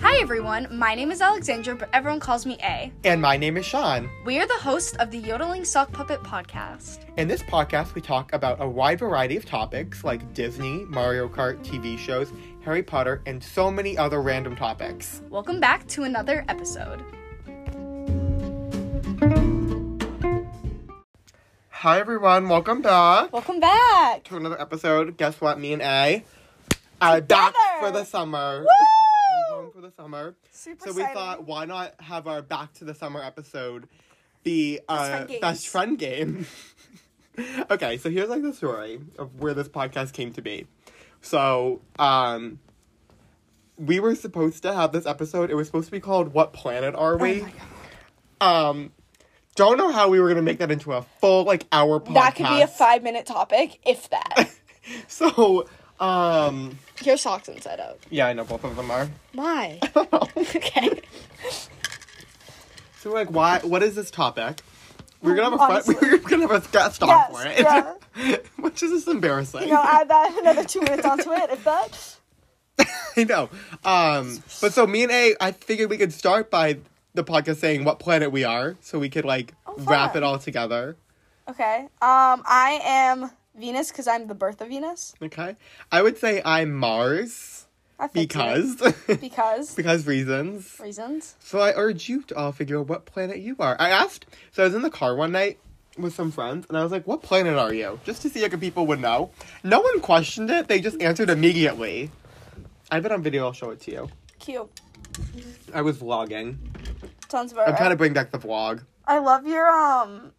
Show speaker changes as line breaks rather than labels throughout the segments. Hi everyone, my name is Alexandra, but everyone calls me A.
And my name is Sean.
We are the hosts of the Yodeling Sock Puppet podcast.
In this podcast, we talk about a wide variety of topics like Disney, Mario Kart, TV shows, Harry Potter, and so many other random topics.
Welcome back to another episode.
Hi, everyone. Welcome back
Welcome back!
to another episode. Guess what? Me and A are back
Together!
for the summer.
Woo!
Home for the summer.
Super
So we
excited.
thought, why not have our back to the summer episode be uh,
friend games.
best friend game? okay, so here's like the story of where this podcast came to be. So, um, we were supposed to have this episode. It was supposed to be called "What Planet Are We?"
Oh my
um, don't know how we were gonna make that into a full like hour podcast.
That could be a five minute topic, if that.
So, um,
Your sock's inside out.
yeah, I know both of them are.
Why? okay.
So like, why? What is this topic? We're gonna have a
Honestly.
front, we're gonna have a guest on
Yes,
for it, which is just embarrassing.
You know, add that another two minutes onto it, if that.
I know. Um, but so me and A, I figured we could start by the podcast saying what planet we are, so we could like wrap
Oh, fun.
it all together.
Okay. Um, I am Venus because I'm the birth of Venus.
Okay. I would say I'm Mars
I think so.
because
Because.
because reasons.
Reasons.
So I urge you to all figure out what planet you are. I asked. So I was in the car one night with some friends, and I was like, "What planet are you?" Just to see if people would know. No one questioned it. They just answered immediately. I've been on video. I'll show it to you.
Cute.
I was vlogging.
Sounds about
I'm
right.
trying to bring back the vlog.
I love your um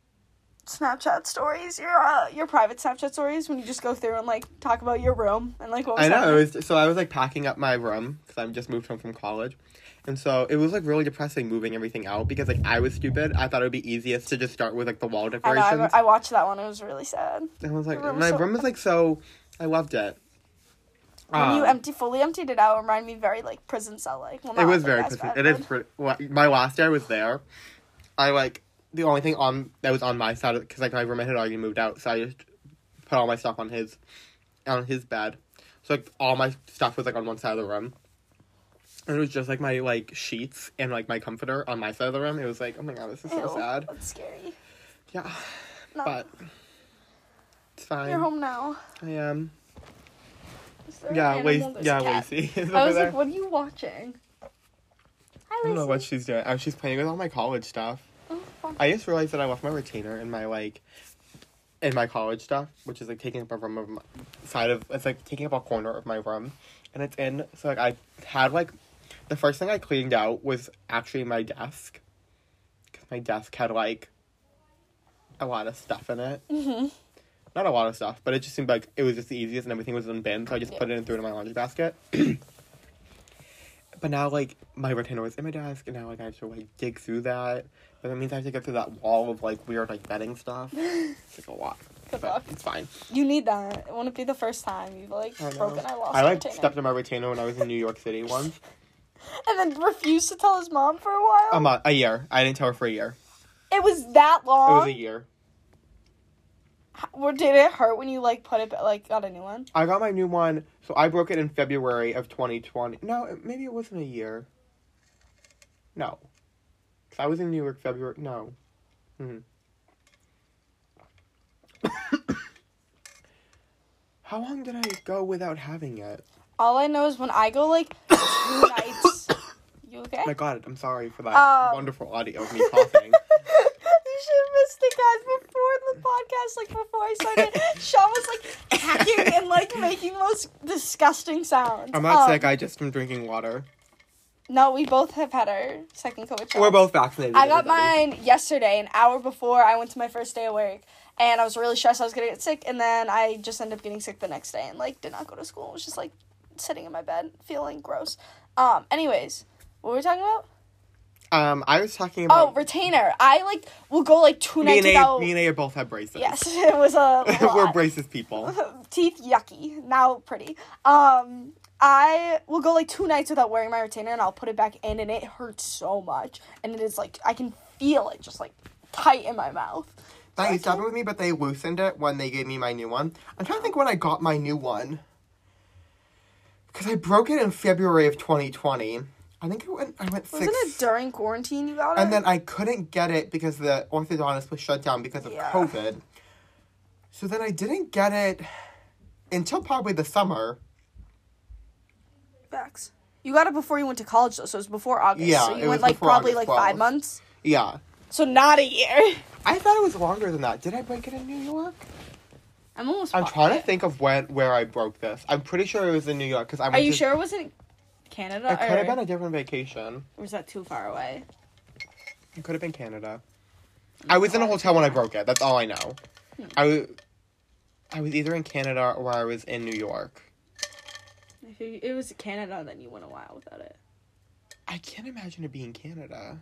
Snapchat stories, your uh, your private Snapchat stories when you just go through and like talk about your room and like what was
I know.
happening.
It was, so I was like packing up my room because I just moved home from college, and so it was like really depressing moving everything out because like I was stupid. I thought it would be easiest to just start with like the wall
I know.
decorations.
I, wa- I watched that one. It was really sad.
And I was like,
Your room was
my
so-
room is like so. I loved it.
When you
Um,
empty fully emptied it out, it reminded me very like prison cell like. Well,
it
not
was
like
very
as
Christmas.
bad,
It is
but-
pretty. Well, my last day I was there, I like the only thing on that was on my side because like my roommate had already moved out, so I just put all my stuff on his on his bed. So like all my stuff was like on one side of the room. And it was just like my like sheets and like my comforter on my side of the room. It was like, oh my god, this is so
Ew,
sad.
That's scary.
Yeah,
No,
but it's fine.
you're home now.
I am.
Is there
Yeah,
an
Lacy.
animal? There's a
Yeah,
cat.
Lacey. is
I
over
was
there.
like, what are you watching? Hi,
I don't know
Lacey.
what she's doing. Oh, she's playing with all my college stuff.
Oh, fuck.
I just realized that I left my retainer in my like in my college stuff, which is like taking up a room of my side of it's like taking up a corner of my room, and it's in. So like I had like the first thing I cleaned out was actually my desk because my desk had like a lot of stuff in it. Mm-hmm. Not a lot of stuff, but it just seemed like it was just the easiest, and everything was in bins. So I just put it in and threw it in my laundry basket. But now, like, my retainer was in my desk, and now, like, I have to, like, dig through that. But that means I have to go through that wall of, like, weird, like, bedding stuff. It's, like, a lot.
Good
but
luck.
it's fine.
You need that. It wouldn't be the first time you've like
I know.
broken. I lost.
I,
your
like,
retainer.
stepped on my retainer when I was in New York City once.
and then refused to tell his mom for a while.
A month. A year. I didn't tell her for a year.
it was that
It
long.
was a year.
Or did it hurt when you like put it like got a new one?
I got my new one, so I broke it in February of 2020. No, it- maybe it wasn't a year. No. 'Cause I was in New York February. No. Hmm. How long did I go without having it?
All I know is when I go like two nights. You okay?
I got it. Oh I'm sorry for that
Um.
wonderful audio of me coughing.
you should have missed it, guys. Before the podcast, like before I started, Sean was like hacking and like making the most disgusting sounds.
I'm not
Um,
sick. I just am drinking water.
No, we both have had our second COVID. shot.
We're both vaccinated.
I got
everybody.
mine yesterday, an hour before I went to my first day of work, and I was really stressed I was gonna get sick, and then I just ended up getting sick the next day and like did not go to school. I was just like sitting in my bed, feeling gross. Um. Anyways, what were we talking about?
Um, I was talking
Oh,
about
retainer. I like will go like two
me
nights
and A.
without.
Me and A both have braces.
yes, it was a
we're
lot.
braces people.
teeth yucky now pretty. Um. I will go like two nights without wearing my retainer and I'll put it back in and it hurts so much and it is like I can feel it just like tight in my mouth.
That used to happen with me, but they loosened it when they gave me my new one. I'm trying to think when I got my new one. Because I broke it in February of 2020. I think I went. I went
Wasn't it
six.
during quarantine you got it?
and then I couldn't get it because the orthodontist was shut down because of
Yeah.
COVID. So then I didn't get it until probably the summer.
Facts. You got it before you went to college though, so it was before August.
Yeah,
so you
it
went
was
like
before
probably
August
like five
12th.
months.
Yeah,
So not a year.
I thought it was longer than that. Did I break it in New York?
I'm almost.
I'm trying to
positive.
think of when where I broke this. I'm pretty sure it was in New York because I.
Are
went
you
to-
sure it wasn't Canada?
It could
or-
have been a different vacation.
Or is that too far away?
It could have been Canada. I was in a hotel when I broke it. That's all I know. I was, I was either in Canada or I was in New York.
If you- It was Canada, then you went a while without it.
I can't imagine it being Canada.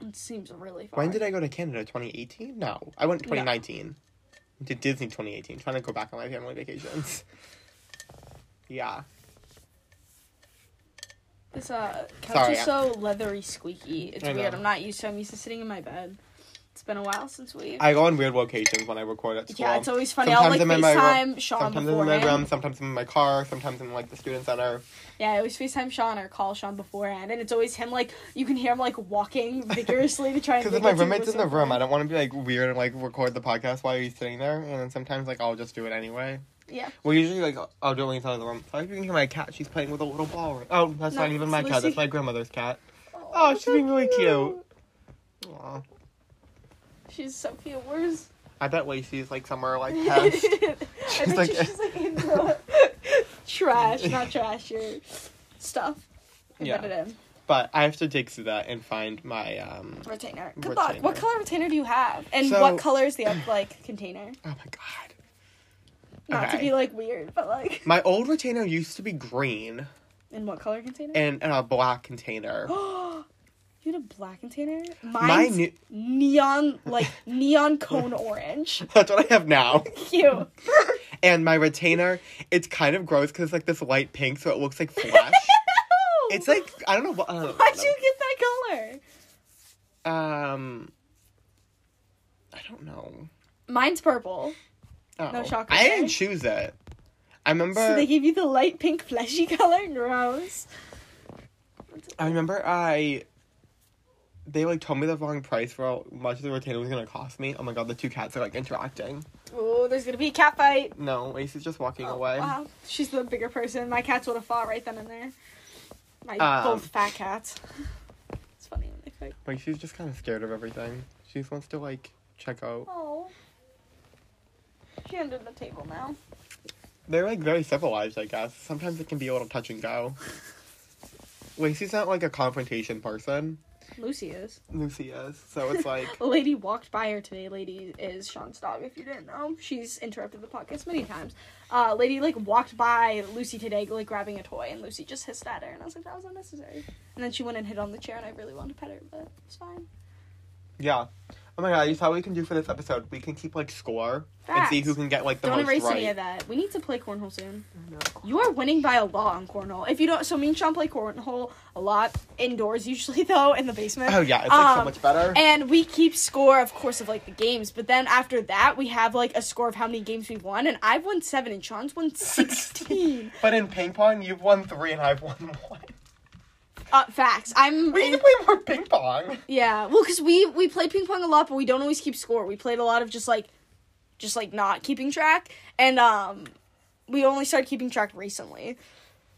It seems really far.
When did I go to Canada? 2018? No, I went 2019. Went to Disney 2018. Trying to go back on my family vacations. yeah.
This uh, couch
Sorry,
is
I-
so leathery squeaky. It's
I
weird.
know.
I'm not used to. it. I'm used to sitting in my bed. It's been a while since we.
I go on weird locations when I record at school.
yeah, it's always funny. I'll
Sometimes
like
I'm in my room-
FaceTime Sean
sometimes I'm in my room,
beforehand.
sometimes I'm in my car, sometimes I'm like the student center.
Yeah, I always FaceTime Sean or call Sean beforehand, and it's always him. Like you can hear him like walking vigorously to try and.
Because
like,
if my
get to
roommate's in the
listen.
room, I don't want to be like weird and like record the podcast while he's sitting there. And then sometimes like I'll just do it anyway.
Yeah.
Well, usually like I'll- I'll do it when he's out of the room. So if you can hear my cat, she's playing with a little ball. Right- Oh, that's
No,
not even
it's
my cat.
Lucy.
That's my grandmother's cat. Oh, she's being really cute. Aw.
She's so cute. Where's?
I bet Lacey's like somewhere like
I
past.
bet
like-
you she's like in the trash, not trash, your stuff. I
Yeah.
bet it in.
but I have to dig through that and find my um.
Retainer. Good luck. What
Retainer.
color retainer do you have? And
So-
what color is the up, like container?
Oh my god.
Not to
Okay.
be like weird, but like.
My old retainer used to be green
In what color container?
and in a black container.
you had a black container.
my
Mine's
new.
neon, like neon cone orange.
That's what I have now.
Cute.
And my retainer, it's kind of gross because it's like this light pink, so it looks like flesh. it's like I don't know. what- uh, I don't
Why'd
know.
you get that color?
Um, I don't know.
Mine's purple.
Oh.
No shock,
I didn't
okay.
choose it. I remember.
So they gave you the light pink fleshy color? Gross.
I remember I. They like told me the wrong price for how much the retainer was gonna cost me. Oh my god, the two cats are like interacting.
Oh, there's gonna be a cat fight.
No, Lacey's just walking
Oh,
away.
Wow. She's the bigger person. My cats would have fought right then and there. My
Um,
both fat cats. It's funny when they fight.
Lacey's just kind of scared of everything. She just wants to like check out.
Oh. She under the table now.
They're like very civilized, I guess. Sometimes it can be a little touch and go. Lacey's not like a confrontation person.
Lucy is.
Lucy is, so it's like
A lady walked by her today. Lady is Sean's dog, if you didn't know. She's interrupted the podcast many times. Uh, lady, like, walked by Lucy today, like, grabbing a toy, and Lucy just hissed at her, and I was like, that was unnecessary. And then she went and hit on the chair, and I really wanted to pet her, but it's fine.
yeah. Oh my god, you saw what we can do for this episode. We can keep like score and see
Facts.
who can get like the
Don't
most
erase
right.
any of that. We need to play cornhole soon.
I know.
You are winning by a lot on cornhole. If you don't, so me and Sean play cornhole a lot indoors, usually though, in the basement.
Oh yeah, it's like so
Um,
much better.
And we keep score, of course, of like the games. But then after that, we have like a score of how many games we've won. And I've won seven, and Sean's won sixteen.
But in ping pong, you've won three and I've won one.
uh, facts. I'm.
We need to play more ping pong.
yeah. Well, because we we play ping pong a lot, but we don't always keep score. We played a lot of just like, just like not keeping track. And um, we only started keeping track recently.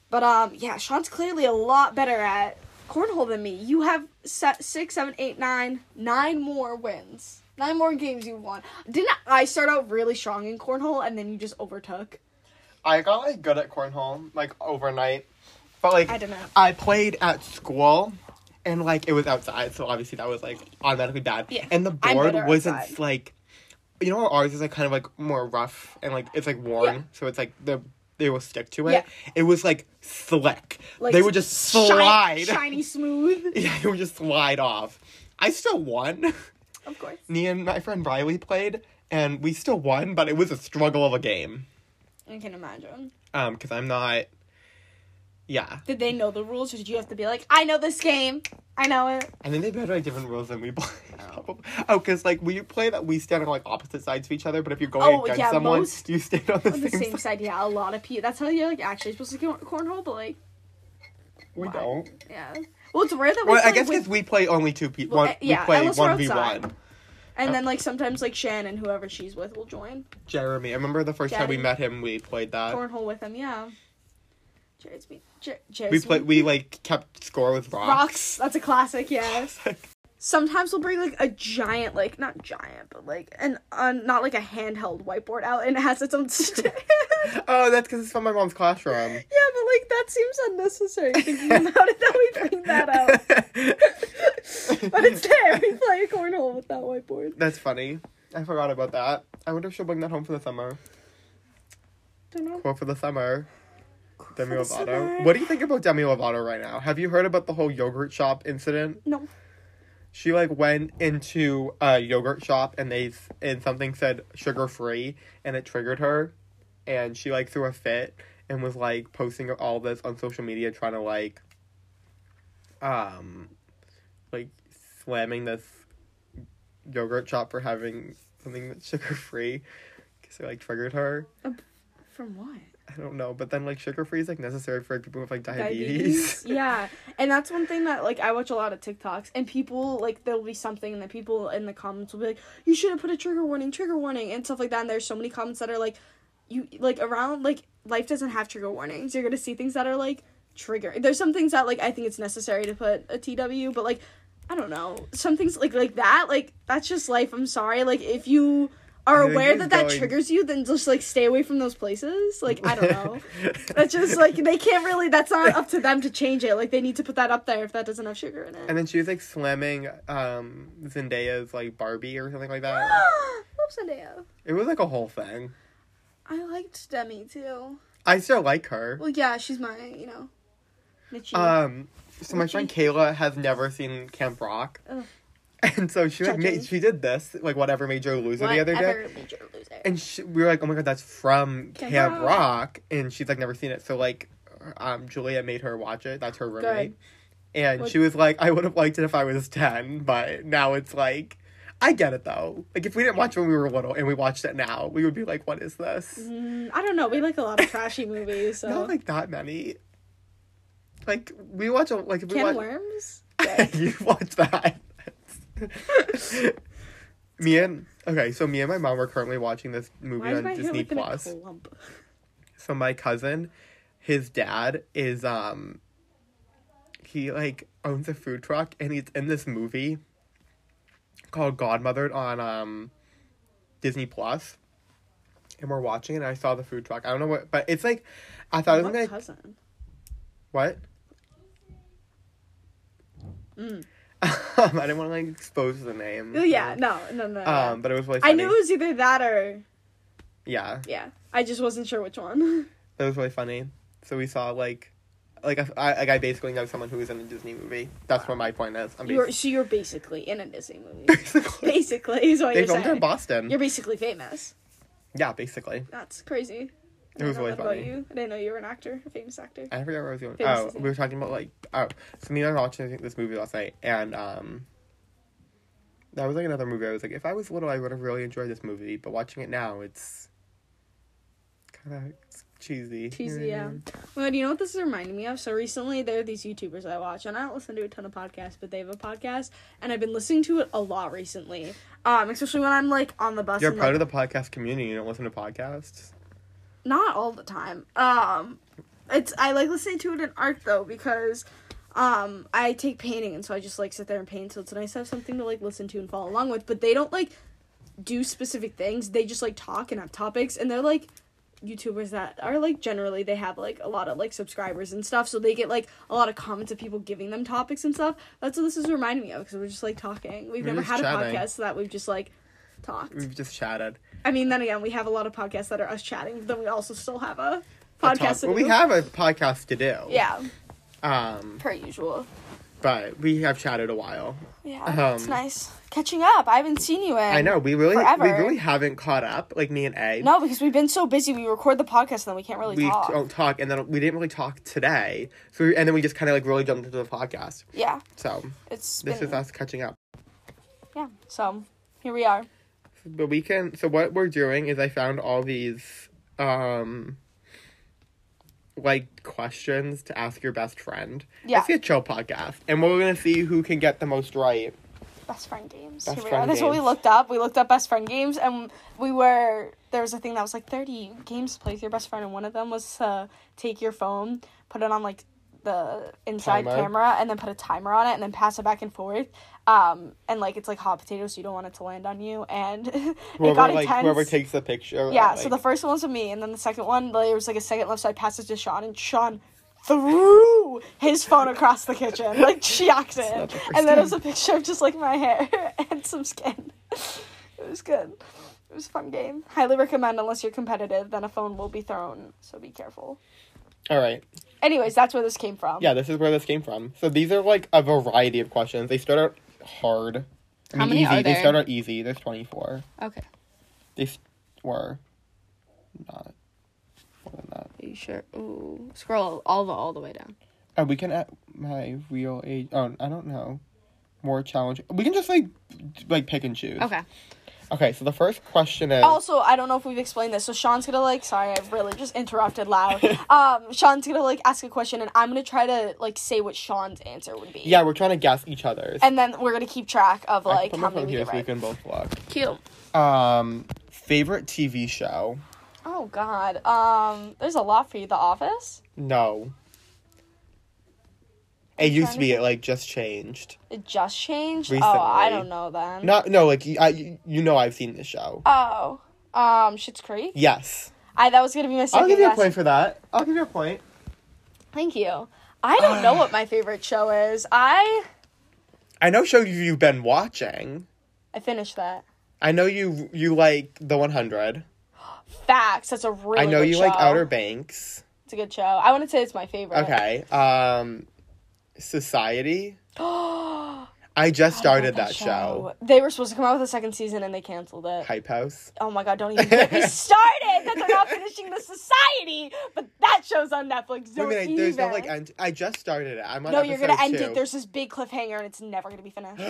But um, yeah, Sean's clearly a lot better at cornhole than me. You have set six, seven, eight, nine, nine more wins, nine more games you won. Didn't I start out really strong in cornhole and then you just overtook?
I got like good at cornhole like overnight, but like
I don't know.
I played at school, and like it was outside, so obviously that was like automatically bad.
Yeah,
And the
I'm
board
better
wasn't
outside.
like, you know, ours is like kind of like more rough and like it's like worn,
Yeah.
so it's like the they will stick to it.
Yeah.
It was like slick.
Like,
they would just
shi-
slide.
shiny, smooth.
yeah, it would just slide off. I still won.
Of course.
Me and my friend Riley played, and we still won, but it was a struggle of a game.
I can imagine.
Um, because I'm not. Yeah,
Did they know the rules, or did you have to be like, I know this game, I know it?
I think they played like different rules than we play. Oh, because like we play that we stand on like opposite sides of each other, but if you're going
Oh,
against
yeah,
someone,
most-
you stand on the
On
same.
the same
side.
side, yeah. A lot of people. That's how you're like actually supposed to go cornhole, but like,
We
Why?
don't.
Yeah. Well, it's rare that we.
Well, I
play
guess
with-
because we play only two people.
Well,
one,
uh, yeah,
we play
unless we're
one v one.
outside.
uh
and then like sometimes like Shan and whoever she's with will join
Jeremy, I remember the first time we
Daddy.
met him, we played that.
cornhole with them. Yeah. Jared's me. Jer- Jared's
we played. We like kept score with
rocks.
rocks.
That's a classic. Yes. Sometimes we'll bring like a giant, like not giant, but like an uh, not like a handheld whiteboard out, and it has its own stand. yeah,
oh, that's because it's from my mom's classroom.
but like that seems unnecessary. Thinking about it, that we bring that out. but it's there. We play cornhole with that whiteboard.
that's funny. I forgot about that. I wonder if she'll bring that home for the summer.
Don't know.
Quote for the summer. Demi
For the summer.
Lovato. What do you think about Demi Lovato right now? Have you heard about the whole yogurt shop incident?
No.
She like went into a yogurt shop and they and something said sugar free and it triggered her, and she like threw a fit and was like posting all this on social media trying to like, um, like slamming this yogurt shop for having something that's sugar free, because it like triggered her.
From what?
I don't know, but then like sugar free is like necessary for people with like diabetes.
Diabetes. yeah, and that's one thing that like I watch a lot of TikToks, and people like there'll be something that people in the comments will be like, "You should have put a trigger warning, trigger warning," and stuff like that. And there's so many comments that are like, "You like around like life doesn't have trigger warnings. You're gonna see things that are like trigger. There's some things that like I think it's necessary to put a TW, but like I don't know, some things like like that. Like that's just life. I'm sorry. Like if you
I
are
think
aware
he's
that that
going-
triggers you, then just like stay away from those places. Like I don't know. That's just like they can't really. That's not up to them to change it. Like they need to put that up there if that doesn't have sugar in
And
it.
then she was like slamming um Zendaya's like Barbie or something like that. uh,
Love Zendaya.
it was like a whole thing.
I liked Demi too.
I still like her.
Well, yeah, she's my you know. Michi.
Um so my
Which
friend Kayla has never seen Camp Rock.
Ugh.
And so she like
Oh. Judging.
made, she did this like whatever made Joe loser the other day.
Whatever, Major loser.
And she, we were like, "Oh my god, that's from
Camp
Camp,
Rock.
Rock. And she's like never seen it. So like um Julia made her watch it. That's her roommate.
Good.
And
What-
she was like, "I would have liked it if I was 10, but now it's like I get it though. Like if we didn't watch it when we were little and we watched it now, we would be like, what is this?"
Mm, I don't know. We like a lot of trashy movies. So
Not like that many. Like we watch a like if we
Can of
watch
Worms.
you watch that. me and okay, so me and my mom were currently watching this movie
Why is
on
my hair
Disney
looking like
Plus.
a clump?
So my cousin, his dad is um he like owns a food truck and he's in this movie called Godmothered on um Disney Plus. And we're watching it and I saw the food truck. I don't know what but it's like I thought it was
What
gonna
cousin?
what?
Mm.
um, I didn't want to like expose the name.
Oh yeah, no, no, no. yeah.
mm, Um, but it was really
I
funny.
knew it was either that or
Yeah,
yeah. I just wasn't sure which one.
that was really funny. So we saw like, like I, I, like I basically know someone who was in a Disney movie. That's what my point is. I'm
You were,
bas-
so you're basically in a Disney movie.
basically.
basically, is what
They
you're
filmed it in
saying.
Boston.
You're basically famous.
Yeah, basically.
That's crazy. I
It
didn't
was
know
really
that about
funny.
you. I didn't know you were an actor, a famous actor.
I forgot where I was going.
Famous
oh,
Disney.
we were talking about like oh, so me and I were watching this movie last night, and um, that was like another movie. I was like, if I was little, I would have really enjoyed this movie, but watching it now, it's kind of cheesy.
Cheesy, yeah. Well, do you know what this is reminding me of? So recently, there are these YouTubers I watch, and I don't listen to a ton of podcasts, but they have a podcast, and I've been listening to it a lot recently. Um, especially when I'm like on the bus.
You're
and,
part
like,
of the podcast community. You don't listen to podcasts.
not all the time. Um, it's I like listening to it in art though because, um, I take painting and so I just like sit there and paint. So it's nice to have something to like listen to and follow along with. But they don't like do specific things. They just like talk and have topics, and they're like YouTubers that are like generally they have like a lot of like subscribers and stuff. So they get like a lot of comments of people giving them topics and stuff. That's what this is reminding me of because we're just like talking. We've
We're
never had
just
a
chatting.
podcast that we've just like talked.
We've just chatted.
I mean, then again, we have a lot of podcasts that are us chatting, but then we also still have a
We'll
podcast.
talk-
to
Well, we
do.
have a podcast to do.
Yeah,
Um,
per usual.
but we have chatted a while.
Yeah,
Um,
it's nice catching up. I haven't seen you in.
I know we really, we
forever.
really haven't caught up. Like me and A.
No, because we've been so busy. We record the podcast and then we can't really
we oh.
talk.
don't talk, and then we didn't really talk today. So we- and then we just kind of like really jumped into the podcast.
Yeah,
So
it's
this
been,
is us catching up.
yeah. So here we are.
But we can. So what we're doing is I found all these um like questions to ask your best friend.
Yeah.
It's a chill podcast. And we're gonna see who can get the most right.
Best friend games.
Best
Here we
friend
are. That's what we
games.
looked up. We looked up best friend games, and we were there was a thing that was like thirty games to play with your best friend, and one of them was to take your phone, put it on like the inside
Timer.
camera, and then put a timer on it, and then pass it back and forth. Um, and like it's like hot potatoes, so you don't want it to land on you, and it
Whoever
got
like
intense.
whoever takes the picture.
yeah,
like,
so the first one was with me, and then the second one like, there was like a second left, so I passed it to Sean, and Sean threw his phone across the kitchen, like shocked
not
it,
the first
and then it
time.
was a picture of just like my hair and some skin. It was good. It was a fun game. Highly recommend unless you're competitive, then a phone will be thrown, so be careful.
All right.
Anyways, that's where this came from.
Yeah, this is where this came from. So these are like a variety of questions. They start out hard. I
How
mean,
many
easy.
are
They
there?
start out easy. There's 24.
Okay.
They s- were not more than that.
Are you sure? Ooh. Scroll all the all the way down.
Are Uh, we can at my real age? Oh, I don't know. More challenge. We can just like d- like pick and choose.
Okay.
Okay. So the first question is.
Also, I don't know if we've explained this. So Sean's gonna like, sorry, I really just interrupted loud. um, Sean's gonna like ask a question, and I'm gonna try to like say what Sean's answer would be.
yeah, we're trying to guess each other's.
and then we're gonna keep track of
I can
like
put
how
my
many
phone
we
here
get
so we
right.
can both look.
Cute.
Um, favorite TV show?
Oh God, um, there's a lot for you. The Office.
No. It
trying
used to
to
be. It like just changed.
It just changed.
Recently.
Oh, I don't know then.
Not no like y- I you- you know I've seen this show.
Oh, um, Schitt's Creek.
Yes,
I that was gonna be my
I'll
second
give you a
guess.
point for that. I'll give you a point.
Thank you. I don't know what my favorite show is. I
I know shows you've been watching.
I finished that.
I know you you like The One Hundred.
Facts. That's a really.
I know
good
you like
show.
Outer Banks.
It's a good show. I want to say it's my favorite.
Okay. Um, Society.
I
I just started
love
that show.
They were supposed to come out with a second season and they canceled it.
Hype House.
Oh my god, don't even get me started that they're not finishing the society. But that show's on Netflix.
Wait a
Don't
minute.
even.
There's no like end. I just started it. I'm on
no, you're
episode
gonna end
two.
it. There's this big cliffhanger and it's never gonna be finished.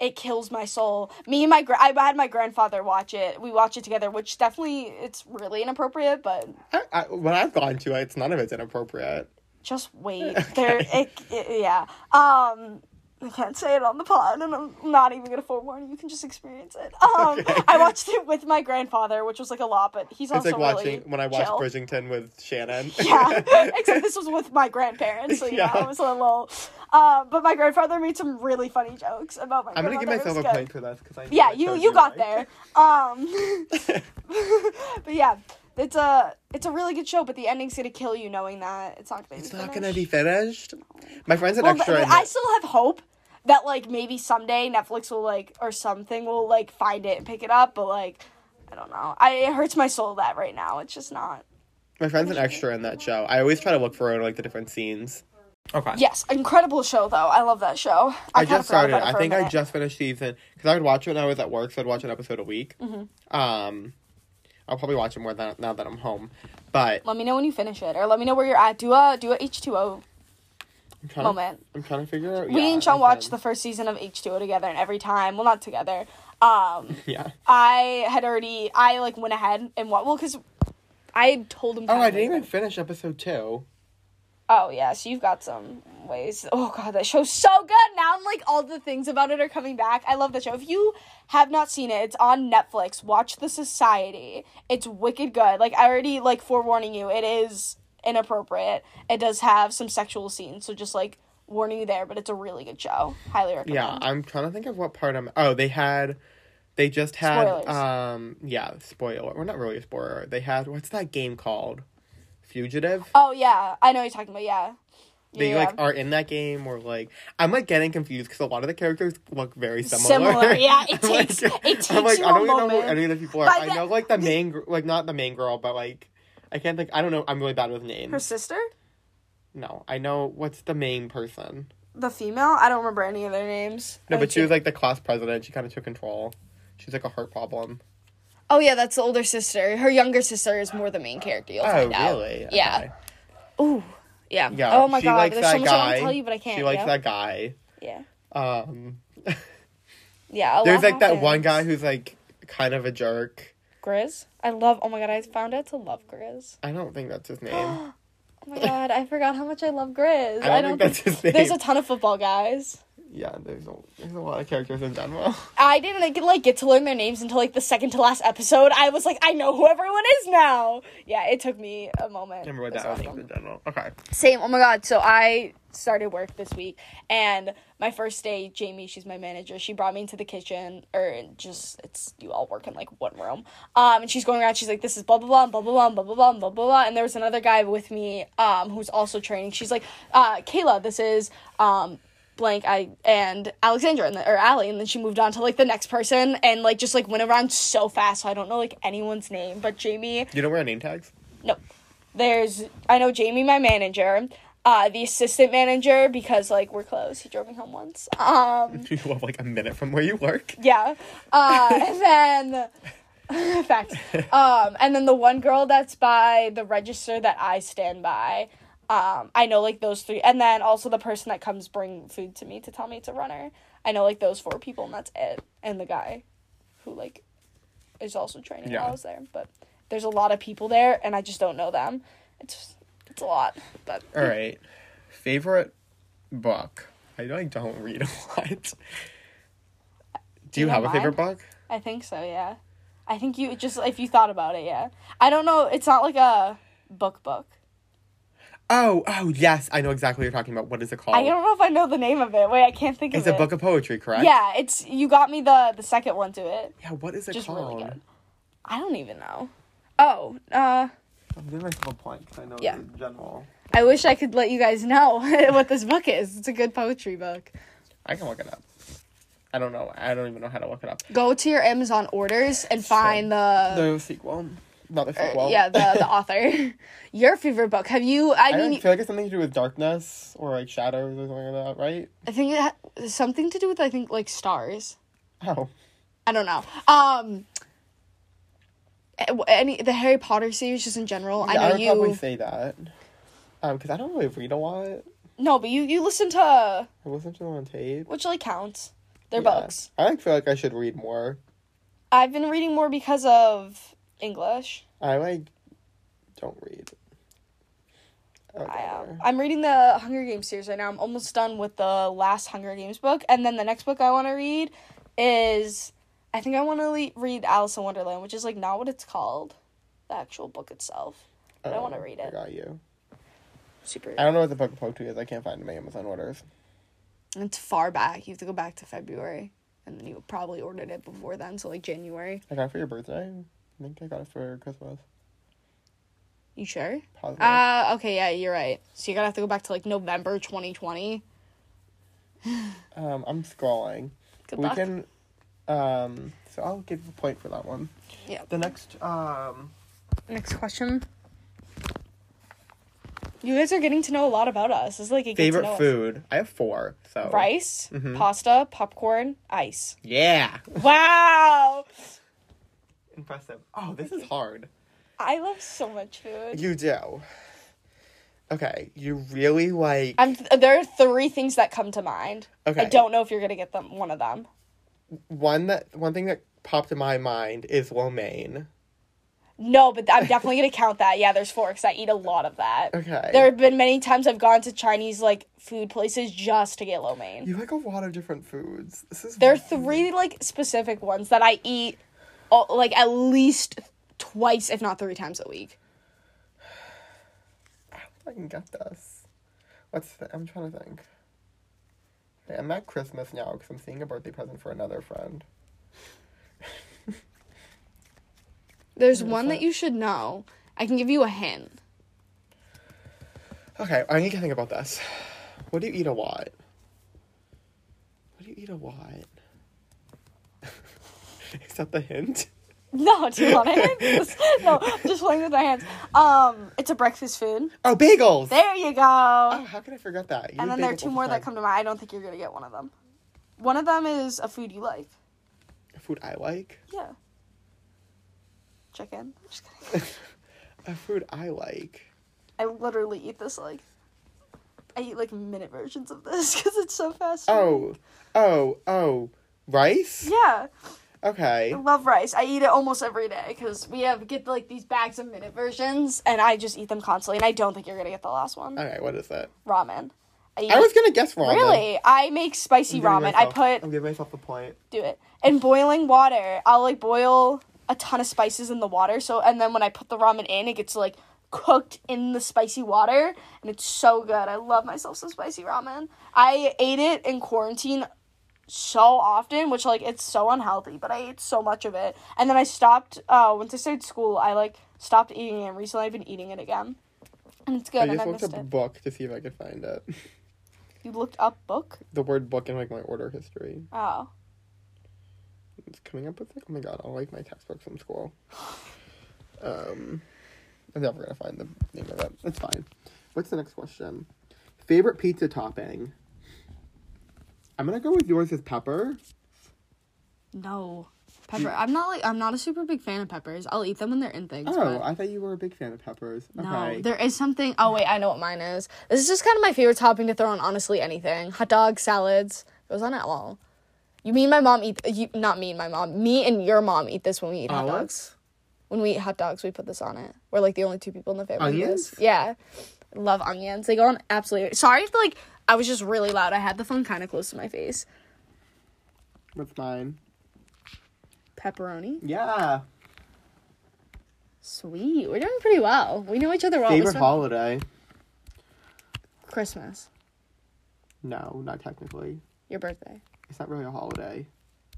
it kills my soul. Me and my gra- I had my grandfather watch it. We watch it together, which definitely it's really inappropriate, but
I, I, when I've gone to it, it's none of it's inappropriate.
just wait. There, it, it- yeah. Um, I can't say it on the pod, and I'm not even gonna forewarn you. You can just experience it. Um,
Okay.
I watched it with my grandfather, which was like a lot, but he's
It's
also
like watching
really
when I watch
chill.
Bridgington with Shannon.
yeah, except this was with my grandparents, so you
Yeah.
know, it was a little. Uh, but my grandfather made some really funny jokes about my.
I'm gonna give
grandmother. It
myself a
was good.
point for this because I. know
Yeah,
it
you
shows
you got
like-
there. Um, but yeah, it's a it's a really good show, but the ending's gonna kill you knowing that it's not gonna.
It's
be
not
finished.
gonna be finished. My friend's an
Well, but,
extra. in
I
it.
still have hope that like maybe someday Netflix will like or something will like find it and pick it up, but like I don't know. I it hurts my soul that right now it's just not.
My friend's an extra in that show. I always try to look for her in like the different scenes. Okay.
Yes, incredible show though. I love that show.
I,
kinda forgot
just started.
about it
I
for a
think I
minute.
just finished season because I would watch it when I was at work, so I'd watch an episode a week.
Mm-hmm.
Um, I'll probably watch it more than, now that I'm home. But
Let me know when you finish it, or let me know where you're at. Do a do a H two O
I'm trying,
moment.
To, I'm trying to figure out.
We
yeah,
and Sean
I
watched the
can-
first season of H two O together, and every time, well, not together. Um,
Yeah.
I had already, I like went ahead and what? Well, because I had told him.
Oh,
kinda
I didn't even
like-
finish episode two.
Oh yeah, so you've got some ways. Oh god, that show's so good. Now I'm like all the things about it are coming back. I love that show. If you have not seen it, it's on Netflix. Watch The Society. It's wicked good. Like I already like forewarning you, it is inappropriate. It does have some sexual scenes, so just like warning you there, but it's a really good show. Highly recommend.
Yeah, I'm trying to think of what part I'm. Oh, they had, they just had.
Spoilers.
Um, yeah, spoiler. Well, not really a spoiler. They had what's that game called? Fugitive.
Oh yeah, I know what you're talking about. Yeah.
they
yeah.
like um are in that game or like I'm like getting confused because a lot of the characters look very similar.
Similar, yeah, it
I'm,
takes- it
I'm
takes
like
you
I
a
don't even know who
moment.
any of the people are.
By
I
the-
know like the main gr- like not the main girl, but like I can't think. I don't know. I'm really bad with names.
her sister,
no, I know what's the main person.
the female. I don't remember any of their names.
No,
I
but she
think-
was like the class president. She kind of took control. She's like a heart problem.
Oh yeah, that's the older sister. Her younger sister is more the main character. You'll
Oh
find out.
really?
Yeah.
Okay.
Ooh. Yeah.
Yeah.
Oh my
she
god.
Likes
There's
that
so much
guy.
I want to tell you, but I can't.
She likes
yeah.
that guy.
Yeah.
Um,
Yeah. a
there's
lot
like that one
happens.
guy who's like kind of a jerk.
Grizz. I love. Oh my god. I found out to love Grizz.
I don't think that's his name.
Oh my god, I forgot how much I love Grizz.
I don't think that's his name.
There's a ton of football guys.
yeah, there's a, there's a lot of characters in general.
I didn't like, like get to learn their names until like the second to last episode. I was like, I know who everyone is now. Yeah, it took me a moment.
Remember what
There's a
that
lot
was
of
named
them.
in general. Okay.
Same. Oh my god. So I started work this week, and my first day, Jamie, she's my manager. She brought me into the kitchen, or just it's you all work in like one room. Um, and she's going around. She's like, "This is blah blah blah and blah blah blah and blah blah blah and blah blah blah." And there was another guy with me, um, who's also training. She's like, "Uh, Kayla, this is um." blank I and Alexandra and the, or Allie and then she moved on to like the next person and like just like went around so fast so I don't know like anyone's name but Jamie
You don't wear name tags?
no. There's I know Jamie, my manager, uh, the assistant manager because like we're close. He drove me home once. Um,
You have like a minute from where you work.
yeah. Uh, and then facts. Um, and then the one girl that's by the register that I stand by. Um, I know like those three, and then also the person that comes bring food to me to tell me it's a runner. I know like those four people, and that's it. And the guy, who like, is also training while
Yeah.
I was there. But there's a lot of people there, and I just don't know them. It's it's a lot, but
All right. Favorite book? I know I don't read a lot. Do you
you
have
know
a favorite book?
I think so, yeah. I think you just if you thought about it, yeah. I don't know, it's not like a book book.
Oh, oh yes, I know exactly what you're talking about. What is it called?
I don't know if I know the name of it. Wait, I can't think
It's
of it.
a Oh. book of poetry, correct?
Yeah, it's you got me the the second one to it.
Yeah. What is it
Just
called?
really good. I don't even know. Oh, uh
I'm giving myself a point because I know
Yeah.
in general.
I wish I could let you guys know what this book is. It's a good poetry book.
I can look it up. I don't know. I don't even know how to look it up.
Go to your Amazon orders and find the
the sequel, not the
or,
sequel.
Uh, yeah, the, the author. Your favorite book. Have you I,
I,
mean
don't feel like it's something to do with darkness or like shadows or something like that, right?
I think it ha- something to do with I think like stars.
Oh,
I don't know. Um, eh, any the Harry Potter series just in general.
Yeah,
I know
would
you.
probably say that. Um, because I don't really read a lot.
No, but you you listen to
I listen to them on tape.
which really counts. They're
Yeah.
books.
I like feel like I should read more.
I've been reading more because of English.
I like don't read. I, like
I um,
other.
am. I'm reading the Hunger Games series right now. I'm almost done with the last Hunger Games book, and then the next book I want to read is I think I want to le- read Alice in Wonderland, which is like not what it's called, the actual book itself. I
Oh,
wanna read
I
it.
got you.
Super.
I don't know what the book of poetry is. I can't find my Amazon orders.
It's far back. You have to go back to February. And then you probably ordered it before then, so like January.
I got it for your birthday. I think I got it for Christmas.
You sure?
Positive.
Uh okay, yeah, you're right. So you're gonna have to go back to like November twenty twenty.
um, I'm scrolling.
Good
we
luck.
can. Um, so I'll give you a point for that one.
Yeah.
The next. Um,
Next question. You guys are getting to know a lot about us. This is like a get to know us.
favorite food. I have four. So.
Rice,
Mhm.
pasta, popcorn, ice.
Yeah.
Wow.
Impressive. Oh, this is hard.
I love so much food.
You do. Okay, you really like.
I'm there are three things that come to mind. I
Okay.
don't know if you're gonna get them one of them.
one that one thing that popped in my mind is lo mein.
No, but I'm definitely gonna count that. Yeah, there's four because I eat a lot of that.
Okay.
There have been many times I've gone to Chinese like food places just to get lo mein.
You like a lot of different foods. This is
there are three like specific ones that I eat, oh, like at least twice, if not three times a week.
I can get this. What's the, I'm trying to think. Okay, I'm at Christmas now because I'm seeing a birthday present for another friend.
There's one that you should know. I can give you a hint.
Okay, I need to think about this. What do you eat a lot? What do you eat a lot? is that the hint?
No, do you want a hint? Just- no, just playing with my hands. Um, it's a breakfast food.
Oh, bagels.
There you go.
oh, how could I forget that? You
and
eat
then there are
bagels
two
all the
more that
time.
come to mind. I don't think you're gonna get one of them. One of them is a food you like.
A food I like.
Yeah. Chicken. Just kidding.
A food I like.
I literally eat this like. I eat like minute versions of this because it's so fast.
Oh, oh, oh, rice.
Yeah. Oh.
Okay.
I love rice. I eat it almost every day because we have get like these bags of minute versions, and I just eat them constantly. And I don't think you're gonna get the last one.
All right. What is that?
ramen. Uh, I, eat
I was gonna guess wrong.
really. I make spicy ramen. I put
I'm giving myself a point.
do it in boiling water. I'll like boil a ton of spices in the water. So and then when I put the ramen in, it gets like cooked in the spicy water, and it's so good. I love myself some spicy ramen. I ate it in quarantine so often, which like it's so unhealthy, but I ate so much of it. And then I stopped. Uh, once I started school, I like stopped eating it. Recently, I've been eating it again, and it's good.
I
and
just
I
looked
missed
up
it.
book to see if I could find it.
You looked up book.
The word book in like my order history.
Oh.
It's coming up with like, oh my god, I'll like my textbook from school. Um, I'm never gonna find the name of it. It's fine. What's the next question? Favorite pizza topping. I'm gonna go with yours is pepper.
No. Pepper. I'm not like I'm not a super big fan of peppers. I'll eat them when they're in things.
Oh,
but
I thought you were a big fan of peppers.
no.
Okay.
There is something Oh wait, I know what mine is. This is just kind of my favorite topping to throw on honestly anything. Hot dogs, salads, goes on it all. You mean my mom eat you not me and my mom. Me and your mom eat this when we eat hot
Olives?
dogs. When we eat hot dogs, we put this on it. We're like the only two people in the family. who do
Onions?
this. Yeah. Love onions. They go on absolutely. Sorry if like I was just really loud. I had the phone kind of close to my face.
What's mine?
Pepperoni.
Yeah.
Sweet. We're doing pretty well. We know each other well. Oh, This
Favorite
one-
holiday?
Christmas.
No, not technically.
Your birthday.
It's not really a holiday.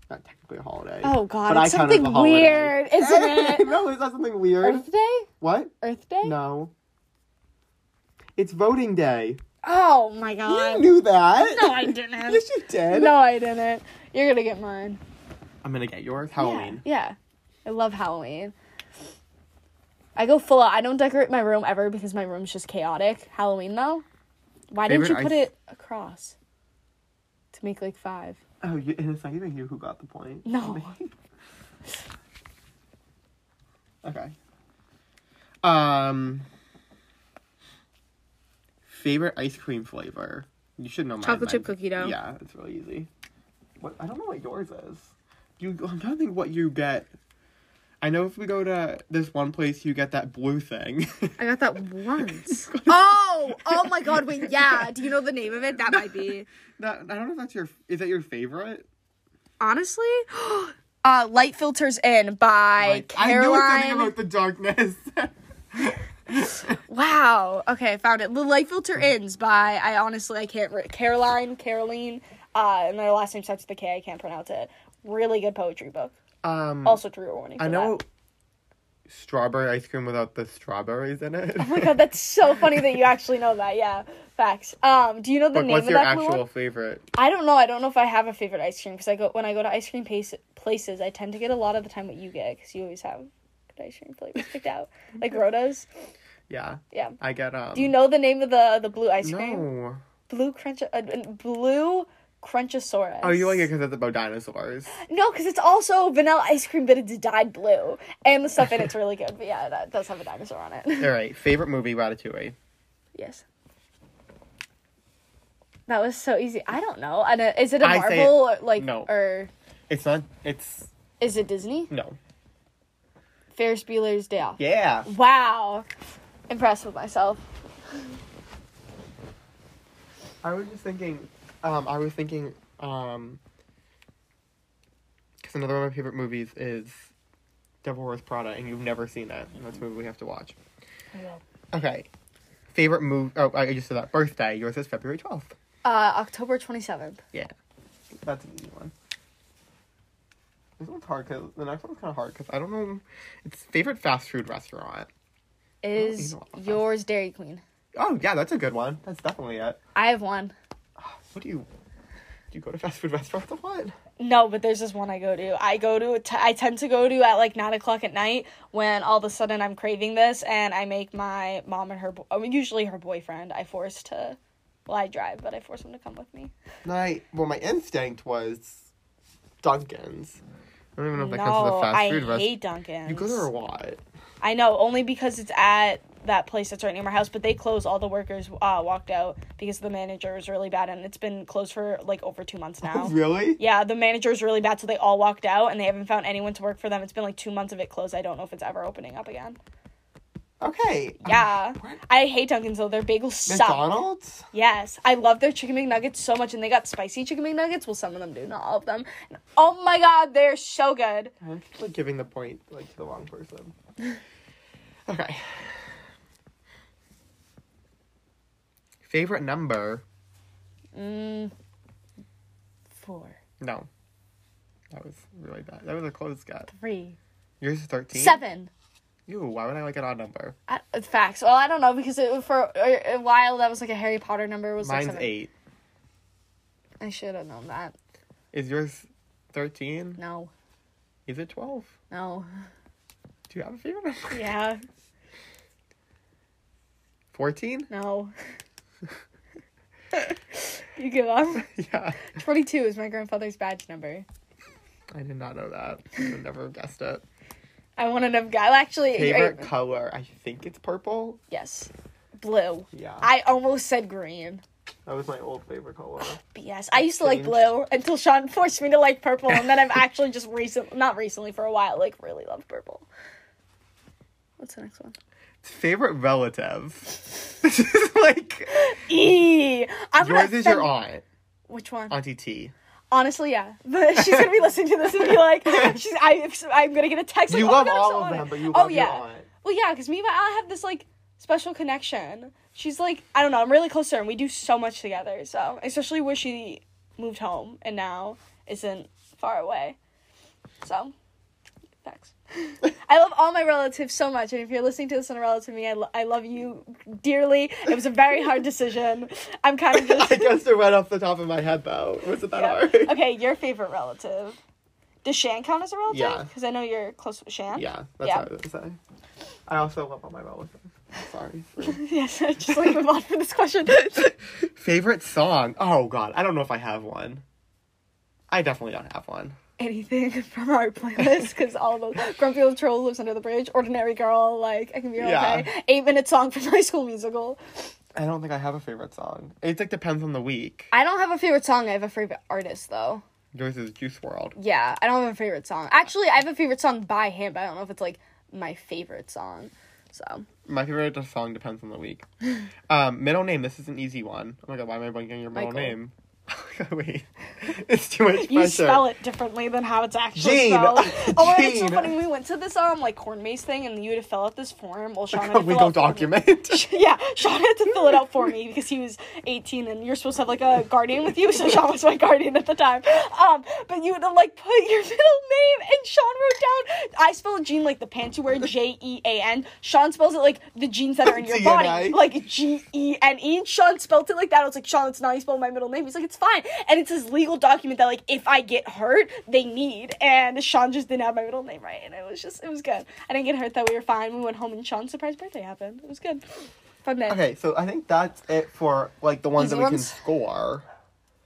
Not technically a holiday.
Oh god,
But I
it's
count it as
something
a holiday.
weird, isn't it?
no, it's not something weird.
Earth Day?
What?
Earth Day?
No. It's voting day.
Oh my
You
god.
knew that.
No, I didn't.
Yes, you did.
no, I didn't. You're gonna get mine.
I'm gonna get yours.
Yeah,
Halloween.
Yeah. I love Halloween. I go full out. I don't decorate my room ever because my room's just chaotic. Halloween though? Why didn't
Favorite
you put
ice-
it across? To make like five.
Oh, you, and it's not even you who got the point.
No.
Okay. Um. Favorite ice cream flavor? You should know mine.
Chocolate chip
Mine's-
cookie dough.
Yeah, it's really easy. What I don't know what yours is. You, I'm trying to think what you get. I know if we go to this one place, you get that blue thing.
I got that once. oh! Oh my god, wait, yeah. Do you know the name of it? That might be.
that I don't know if that's your. Is that your favorite?
honestly uh light filters in by
Like,
caroline
I knew something about the darkness.
wow okay i found it the light filter ins by i honestly i can't re- caroline caroline uh and their last name starts with a k i can't pronounce it really good poetry book
um,
Also, trigger warning. For
I know
That.
strawberry ice cream without the strawberries in it.
Oh my god, that's so funny that you actually know that. Yeah, facts. Um, do you know the
Like,
name
what's
of
your
that blue
actual
one?
favorite?
I don't know. I don't know if I have a favorite ice cream because I go when I go to ice cream pace, places, I tend to get a lot of the time what you get because you always have good ice cream flavors picked out, like Rhoda's.
Yeah,
Yeah.
I get um.
Do you know the name of the the blue ice cream?
No.
Blue crunch, uh, uh, blue crunchosaurus.
Oh, you like it because it's about dinosaurs.
No, because it's also vanilla ice cream, but it's dyed blue, and the stuff in it's really good. But yeah, that does have a dinosaur on it.
All right, favorite movie, Ratatouille.
yes. That was so easy. I don't know. And uh, is it a
I say-
Marvel or like
no.
or
It's not. It's
is it Disney?
no.
Ferris Bueller's Day Off.
Yeah.
Wow, impressed with myself.
I was just thinking. Um, I was thinking. Um, because another one of my favorite movies is Devil Wears Prada, and you've never seen that. And that's a movie we have to watch. Okay. Favorite move? Oh, I just said that. Birthday. Yours is February twelfth.
Uh, October twenty seventh.
Yeah. That's an easy one. This one's hard because the next one's kind of hard because I don't know. It's favorite fast food restaurant.
is
Oh, know what I'm-
yours dairy queen
Oh yeah, that's a good one. That's definitely it.
i have one
What do you do? You go to fast food restaurants a lot?
No, but there's this one I go to. I go to. T- I tend to go to at like nine o'clock at night when all of a sudden I'm craving this, and I make my mom and her. Bo- I mean, usually her boyfriend. I force to. Well, I drive, but I force him to come with me.
My well, my instinct was Dunkin's. I don't even know if that counts as
no,
a
I
fast food restaurant.
hate Dunkin'.
You go there a lot.
I know only because it's at that place that's right near my house, but they closed. All the workers uh, walked out because the manager was really bad, and it's been closed for like over two months now.
Really?
Yeah, the manager was really bad, so they all walked out, and they haven't found anyone to work for them. It's been like two months of it closed. I don't know if it's ever opening up again.
Okay. Um,
Yeah,
what?
I hate Dunkin's though. Their bagels suck.
McDonald's?
Yes, I love their chicken McNuggets so much, and they got spicy chicken McNuggets. Well, some of them do, not all of them. And, oh my God, they're so good.
I keep, like giving the point like to the wrong person. okay. Favorite number?
Mm, four,
No. That was really bad. That was a close guess.
three,
Yours is thirteen.
seven.
Ew, why would I like an odd number?
I, facts. Well, I don't know because it, for a a while that was like a Harry Potter number was like
Mine's
seven.
eight.
I should have known that.
Is yours thirteen?
No.
Is it twelve?
No.
Do you have a favorite number?
Yeah.
Fourteen?
No. you give up.
Yeah.
Twenty two is my grandfather's badge number.
I did not know that. I would never have guessed it.
I wanted to guy. Actually,
Favorite
I-
color? I think it's purple.
yes, blue.
Yeah.
I almost said green.
that was my old favorite color.
But yes, I used to like
Changed.
blue until Sean forced me to like purple, and then I've actually just recent, not recently, for a while, like really loved purple. What's the next one?
Favorite relative? This is like
E. I'm gonna
yours is your
offend-
aunt,
Which one?
Auntie T.
Honestly, yeah. But she's gonna be listening to this and be like, she's, I, I'm gonna get a text.
you
like, oh my
love
God, I'm so
all of them,
honored.
but you
Oh,
love
yeah.
your aunt.
Well, yeah, because me and my aunt have this like special connection. She's like, I don't know, I'm really close to her, and we do so much together. So, especially where she moved home and now isn't far away. So, thanks. I love all my relatives so much, and if you're listening to this and a relative to me, I, lo- I love you dearly. It was a very hard decision. I'm kind of just.
I guess it right off the top of my head though. Was it that
Yeah.
hard?
Okay, your favorite relative. Does Shan count as a relative?
Yeah.
Because I know you're close with Shan.
Yeah, that's
Yeah.
what I was gonna say. I also love all my relatives. Sorry.
yes, I just like move on for this question.
Favorite song? Oh god, I don't know if I have one. I definitely don't have one.
Anything from our playlist, because all of those. Grumpy Old Troll lives under the bridge. Ordinary Girl, like, I can be
Yeah.
okay. Eight minute song from High School Musical.
I don't think I have a favorite song. It like depends on the week.
I don't have a favorite song. I have a favorite artist, though.
Yours is Juice World.
Yeah, I don't have a favorite song. Actually, I have a favorite song by him, but I don't know if it's like my favorite song. So
My favorite song depends on the week. Um, middle name. This is an easy one. Oh my god, why am I blanking on your middle
Michael.
name? Oh Wait, it's too much pressure.
You spell it differently than how it's actually
Jane.
spelled. Oh, my God, it's so
Jane.
funny. We went to this um like corn maze thing, and you had to fill out this form. Well, Sean had to fill
Legal
out form.
document.
yeah, Sean had to fill it out for me because he was 18 and you're supposed to have like a guardian with you. So Sean was my guardian at the time. Um, but you had to like put your middle name and Sean wrote down. I spell Jean like the pants you wear, J E A N. Sean spells it like the jeans that are in your
DNA.
body, like G E N E. And Sean spelled it like that. I was like, Sean, it's not how you spell my middle name. He's like, it's fine. And it's this legal document that like if I get hurt, they need. And Sean just didn't have my middle name right, and it was just it was good. I didn't get hurt though. We were fine. We went home, and Sean's surprise birthday happened. It was good. Fun day.
okay, so I think that's it for like the ones
Easy
that we
ones?
can score.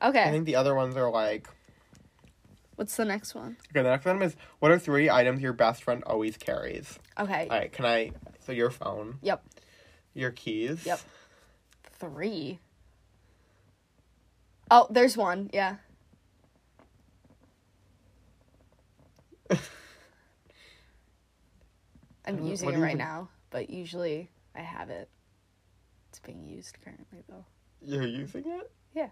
I
okay,
think the other ones are like.
what's the next one?
Okay, the next one is what are three items your best friend always carries?
Okay,
All right, can I? So your phone,
yep,
your keys.
Yep. three. Oh, there's one. Yeah, I'm
don't-
using
what
it
do you
right
even-
now, but usually I have it. It's being used currently, though.
You're using it.
Yeah.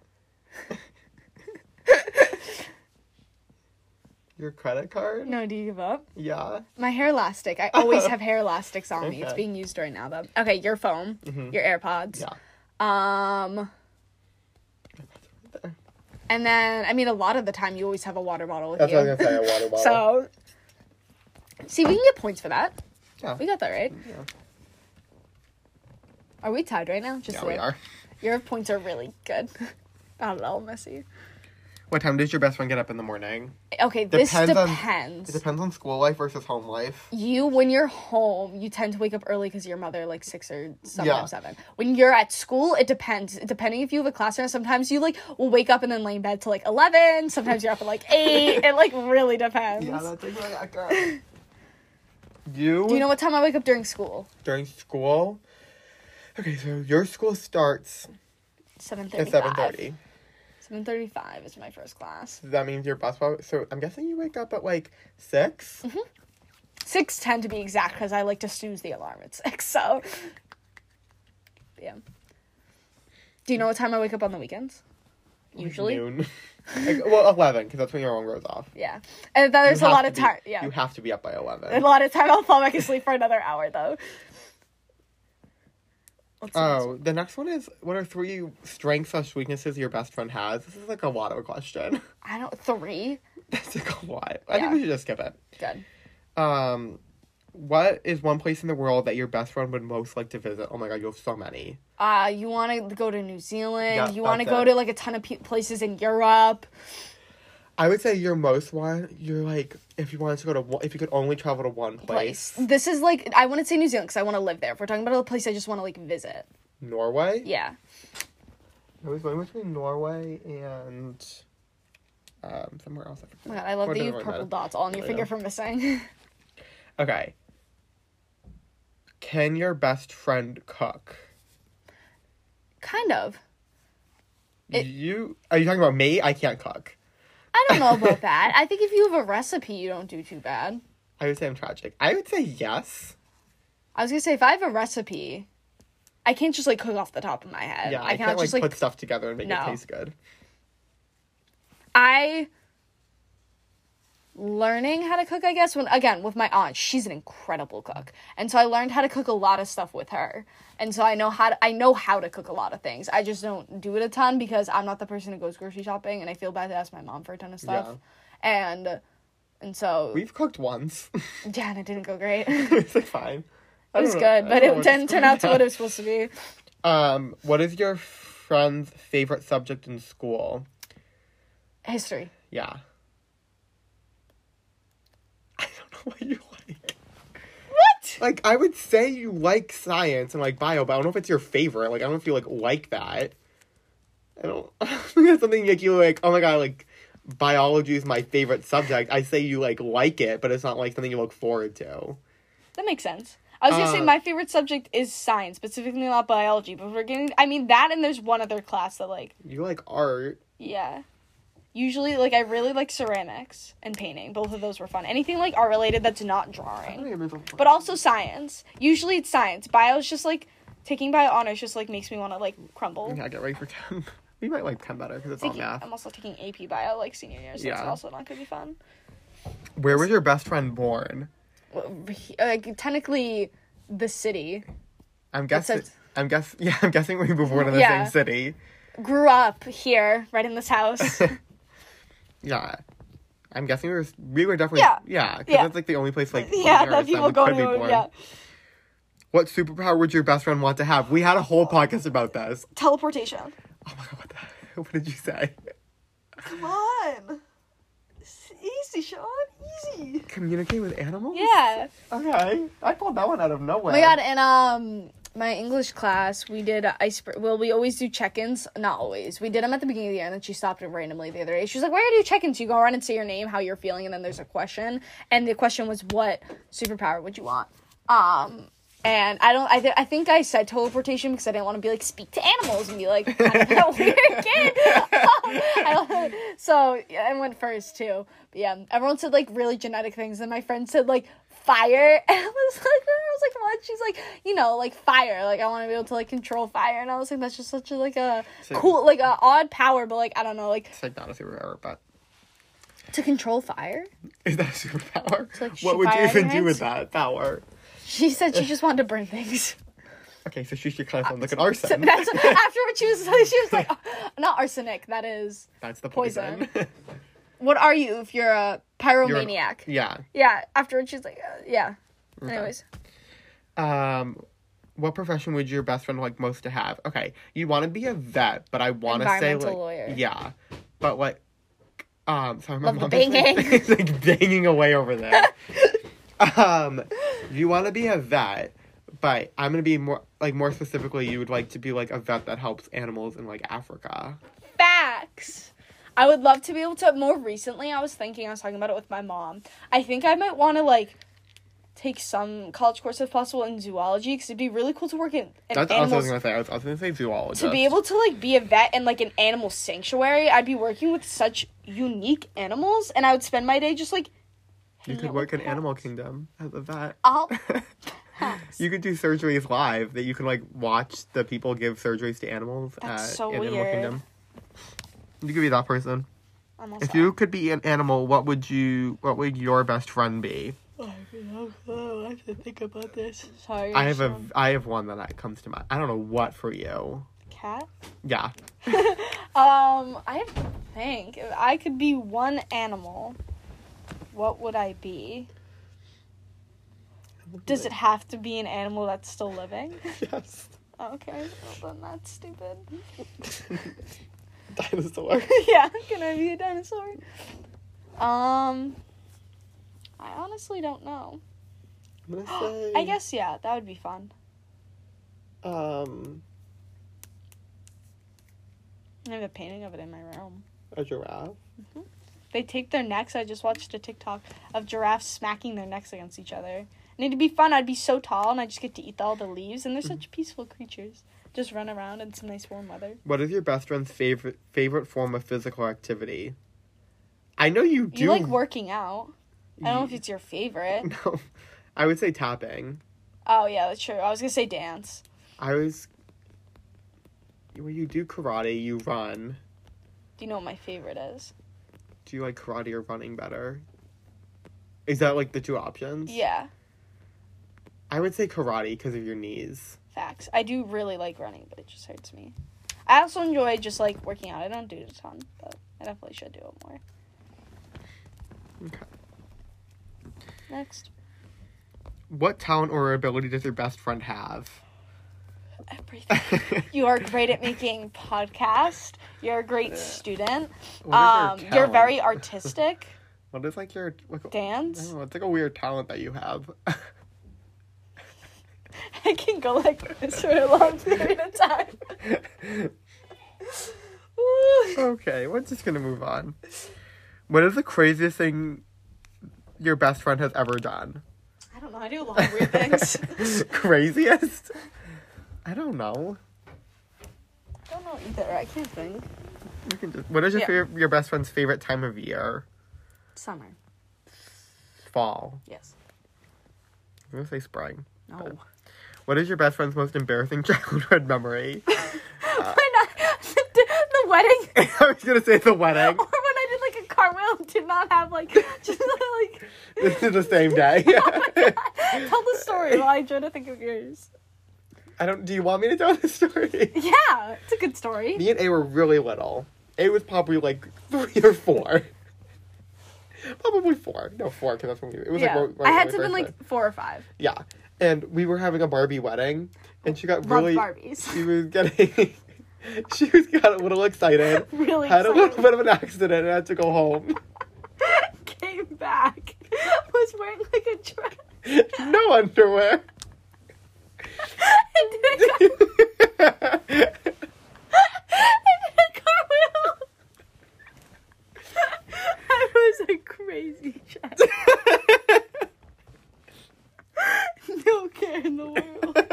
Your credit card.
No, do you give up?
Yeah.
My hair elastic. I always have hair elastics on me. It's
Okay. Mm-hmm.
being used right now though. Okay, your phone, your AirPods.
Yeah.
Um and then I mean a lot of the time you always have a water bottle with
That's
you.
what I was gonna say. A water bottle.
so See, we can get points for that.
Yeah.
We got that right.
Yeah.
Are we tied right now? Just
Yeah, we
saying.
are.
Your points are really good. Not at all messy.
What time does your best friend get up in the morning?
Okay, this
Depends on-
depends.
It depends on school life versus home life.
you when you're home you tend to wake up early because your mother like six or sometimes
Yeah.
seven when you're at school it depends depending if you have a class or not sometimes you like will wake up and then lay in bed till like 11 sometimes you're up at like 8 it like really depends
Yeah, that's exactly. You.
do you know what time i wake up during school
during school? Okay, so your school starts
Seven
at
thirty.
seven thirty.
Seven thirty-five is my first class.
That means your bus. probably- So I'm guessing you wake up at like 6
Mm-hmm, Six ten to be exact, because I like to snooze the alarm at six. So, yeah. Do you know what time I wake up on the weekends? Usually,
noon. Like, well, eleven because that's when your alarm goes off.
yeah. And then there's
You
a
have
lot
to
of
be-
time. Yeah,
You have to be up by
a
eleven.
lot of time. I'll fall back asleep for another hour though. What's the next
Oh, the next one is what are three strengths slash weaknesses your best friend has? This is like a lot of a question.
I don't three.
That's like a lot. I
Yeah.
think we should just skip it.
Good.
Um, what is one place in the world that your best friend would most like to visit? Oh my god, you have so many.
Uh, you want to go to New Zealand.
Yeah,
you want to
that's
go
it.
to like a ton of pe- places in Europe.
I would say your most one. You're like if you wanted to go to one, if you could only travel to one place,
Place. This is like I want to say New Zealand because I want to live there. If we're talking about a place I just want to like visit.
Norway.
Yeah.
I was going between Norway and um somewhere else. I forget.
Oh my god, I love
Or
that you
doesn't
have
really
purple
matter.
dots all on your
Yeah.
finger for missing.
Okay. Can your best friend cook?
kind of. It-
you are you talking about me? I can't cook.
I don't know about that. I think if you have a recipe, you don't do too bad.
I would say I'm tragic. I would say yes.
I was gonna say if I have a recipe, I can't just like cook off the top of my head.
Yeah, I,
I,
can't,
cannot
like,
just like,
put stuff together and make
No.
it taste good.
I learning how to cook, I guess, when again with my aunt, she's an incredible cook. And so I learned how to cook a lot of stuff with her. And so I know how to I know how to cook a lot of things. I just don't do it a ton because I'm not the person who goes grocery shopping and I feel bad to ask my mom for a ton of stuff. And and so
We've cooked once.
yeah, and it didn't go great. it
it's like fine. It
was good, but it didn't turn out to what it was supposed to be.
Um, what is your friend's favorite subject in school?
History.
Yeah. I don't know what you like.
What?
Like I would say you like science and like bio, but I don't know if it's your favorite. Like I don't know if you like like that. I don't I don't think that's something like you like, oh my god, like biology is my favorite subject. I say you like like it, but it's not like something you look forward to.
That makes sense. I was gonna say
Uh,
my favorite subject is science, specifically not biology, but we're getting I mean that and there's one other class that like
You like art.
yeah. Usually like I really like ceramics and painting. Both of those were fun. Anything like art related that's not drawing. But also science. Usually it's science. Bio's just like taking bio honors just like makes me wanna like crumble.
Yeah, get ready for ten. We might like ten better because it's all
Taking-
math.
I'm also taking AP bio like senior year, so it's
Yeah.
also
also not gonna be fun.
Where was your best friend born?
Like technically the city.
I'm
That's
guessing.
it.
I'm guess. Yeah, I'm guessing we were born in the
Yeah.
same city.
Grew up here, right in this house.
Yeah. I'm guessing we were we were definitely
Yeah.
yeah because
Yeah.
that's like the only place like
Yeah,
on
that
Earth
people
we
go
could be
to.
born.
Yeah.
What superpower would your best friend want to have? We had a whole podcast about this.
Teleportation.
Oh my god, what the What did you say?
Come on. It's easy, Sean. Easy.
Communicate with animals?
yeah.
Okay. I pulled that one out of nowhere.
Oh my god, and um my English class, we did uh, ice well, we always do check-ins, not always. We did them at the beginning of the year and then she stopped it randomly the other day. She was like, "We're going to do check-ins. You go around and say your name, how you're feeling, and then there's a question." And the question was, "What superpower would you want?" Um and I don't. I, th- I think I said teleportation because I didn't want to be like speak to animals and be like I'm a weird kid. I- so yeah, I went first too. But yeah, everyone said like really genetic things, and my friend said like fire, and I was like, I was like, what? She's like, you know, like fire. Like I want to be able to like control fire, and I was like, that's just such a like a
So-
cool, like a odd power, but like I don't know, like
It's like not a superpower, but
to control fire.
is that a superpower?
like
what would
fire
you
out your
even do
hands?
with that power?
She said she just wanted to burn things.
Okay, so she should kind of sound like an arson.
So that's after what she was. She was like, oh, not arsenic. That is.
That's the
poison.
poison.
what are you if you're a
You're an-
pyromaniac?
yeah.
Yeah. Afterwards, she's like, uh, yeah. Anyways,
Um, what profession would your best friend like most to have? Okay, you want to be a vet, but I want to say
Environmental
like
lawyer.
yeah, but like um, sorry, my
Love the
mom is, like-
banging.
is, like banging away over there. um, you want to be a vet, but I'm gonna be more like more specifically, you would like to be like a vet that helps animals in like Africa.
facts. I would love to be able to. More recently, I was thinking, I was talking about it with my mom. I think I might want to like take some college course if possible in zoology because it'd be really cool to work in an
That's also what I
animal
was gonna say. I was, I was gonna say zoologist.
to be able to like be a vet in like an animal sanctuary i'd be working with such unique animals and i would spend my day just like
you could
out
work
with
in Animal Kingdom as a vet.
all
You could do surgeries live that you can like watch the people give surgeries to animals
That's
at,
so
in Animal
weird.
Kingdom. You could be that person. If you could be an animal, what would you? What would your best friend be?
Oh, i have to think about this sorry
I have a.
Sean.
I have one that comes to mind. I don't know what for you.
cat
Yeah,
um i have to think if i could be one animal what would i be does it have to be an animal that's still living
yes,
okay well then that's stupid
dinosaur.
yeah, can I be a dinosaur? Um, I honestly don't know.
I'm gonna say,
I guess yeah, that would be fun.
um
I have a painting of it in my room.
a giraffe.
They tape their necks. I just watched a TikTok of giraffes smacking their necks against each other. And it'd be fun. I'd be so tall, and I just get to eat all the leaves. And they're such peaceful creatures. Just run around in some nice warm weather.
What is your best friend's favorite favorite form of physical activity? I know you do.
You like working out. I don't know if
you-
it's your favorite.
No, I would say tapping.
Oh yeah, that's true. I was gonna say dance.
I was. Well, you do karate. You run.
Do you know what my favorite is?
Do you like karate or running better? Is that like the two options?
Yeah,
I would say karate because of your knees.
Facts. I do really like running, but it just hurts me. I also enjoy just like working out. I don't do it a ton, but I definitely should do it more.
Okay.
Next.
What talent or ability does your best friend have?
Everything. you are great at making podcast. You're a great student.
What
Um,
is your
you're very
talent?
artistic.
What is like your like, I
Dance.
don't know, it's like a weird talent that you have.
I can go like this for a long period of time. Ooh.
okay, we're just gonna move on. What is the craziest thing your best friend has ever done?
I don't know. I do a lot of weird things.
craziest? I don't know.
I don't know either. I can't think.
We can just, what is your
Yeah.
favorite, your best friend's favorite time of year?
Summer.
Fall.
Yes.
I'm gonna say spring.
No.
What is your best friend's most embarrassing childhood memory?
Why not? the, the wedding.
I was gonna say the wedding.
or when I did like a cartwheel and did not have like just like
This is the same day.
tell the story while I try to think of yours.
I don't. Do you want me to tell the story?
Yeah, it's a good story.
Me and A were really little. A was probably like three or four. Probably four. No, four, because that's when we It was
Yeah,
like. when-
I had
when
to
we
have been
first
like
met.
four or five.
Yeah. And we were having a Barbie wedding, and she got
Love
really. e-
Barbies.
She was getting. she was got a little excited.
Really
had a little
excited.
bit of an accident and had to go home.
Came back, was wearing like a dress,
no underwear.
and did a, car- and did a cartwheel. I was a crazy child. No care in the world. There are so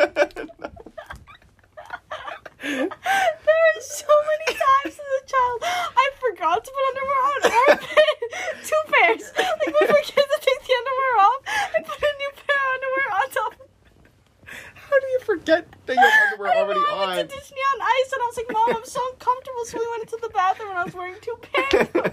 many times as a child I forgot to put underwear on or a pair, two pairs. Like we forget to take the underwear off and put a new pair of underwear on top.
How do you forget that your underwear
I
already
know, I
on?
went to Disney on Ice and I was like, Mom, I'm so uncomfortable. So we went into the bathroom and I was wearing two pairs.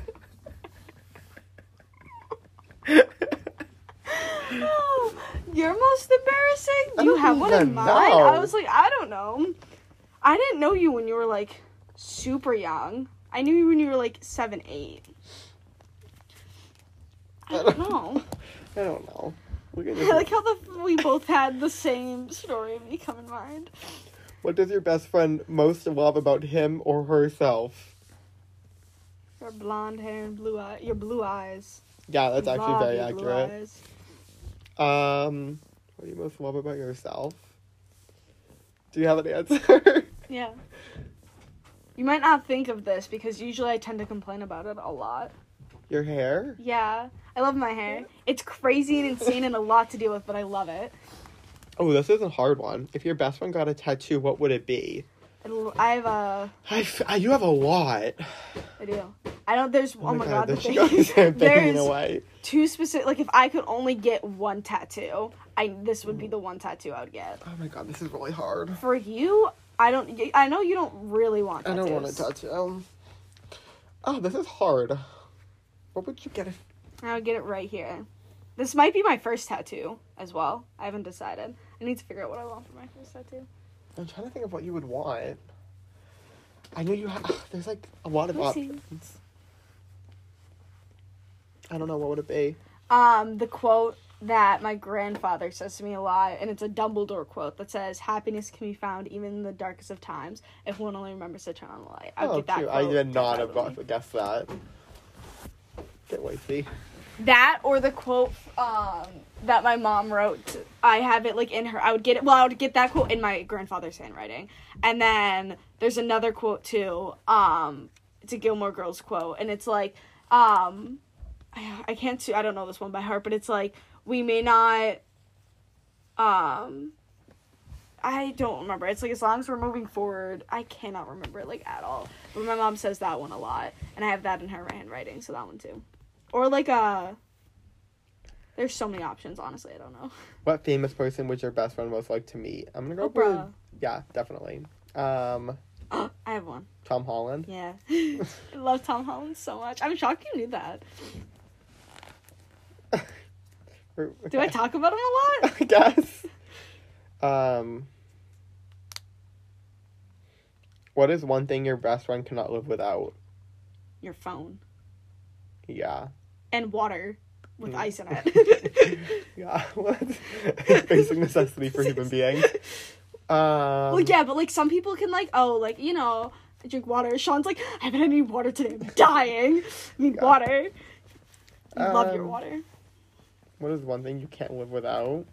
Oh, your most embarrassing?
I
You
don't
have one in
even
mind? I
know.
was like, I don't know. I didn't know you when you were like super young. I knew you when you were like seven, eight. I don't know.
I don't know. Look at
I
this.
like how the, we both had the same story of me come in mind.
What does your best friend most love about him or herself?
Your blonde hair and blue eye, your blue eyes.
Yeah, that's actually
Love
very
your blue
accurate.
eyes.
Um, what do you most love about yourself? Do you have an answer?
Yeah. You might not think of this because usually I tend to complain about it a lot.
your hair?
Yeah. I love my hair. It's crazy and insane and a lot to deal with, but I love it.
Oh, this is a hard one. If your best friend got a tattoo, what would it be?
I l- I have a.
I, f- I- you have a lot.
I do. I don't. There's. Oh, my god.
there
the
she
thing
goes.
is-
Thinking
there's
away.
two specific. Like if I could only get one tattoo, I this would be the one tattoo I would get.
Oh my god, this is really hard.
For you, I don't. I know you don't really want.
I
Tattoos.
don't want a tattoo. Oh, this is hard. What would you get? If-
I would get it right here. This might be my first tattoo as well. I haven't decided. I need to figure out what I want for my first tattoo.
I'm trying to think of what you would want. I know you have. There's like a lot of
Let me see.
options. I don't know what would it be.
Um, the quote that my grandfather says to me a lot, and it's a Dumbledore quote that says, "Happiness can be found even in the darkest of times if one only remembers to turn on the light." I would
oh,
get that.
cute. I
quote
did not have
definitely.
got- guessed that. Get wifey.
That or the quote um, that my mom wrote. I have it like in her. I would get it. Well, I would get that quote in my grandfather's handwriting, and then there's another quote too. Um, it's a Gilmore Girls quote, and it's like, um, I, I can't. See, I don't know this one by heart, but it's like we may not. Um, I don't remember. It's like as long as we're moving forward, I cannot remember it like at all. But my mom says that one a lot, and I have that in her handwriting, so that one too or like a there's so many options honestly i don't know
What famous person would your best friend most like to meet? I'm gonna go
Oprah.
with yeah, definitely. Um,
Oh, i have one
Tom Holland.
yeah i love tom holland so much i'm shocked you knew that
Or-
do i
okay.
talk about him a lot
I guess. Um, what is one thing your best friend cannot live without?
your phone
Yeah.
and water with
Mm.
ice in it
Yeah. What? Basic necessity for human beings. Um,
well yeah but like some people can like oh like you know i drink water sean's like i haven't had any water today i'm dying i need
Yeah.
water you love your
Um,
water
What is one thing you can't live without?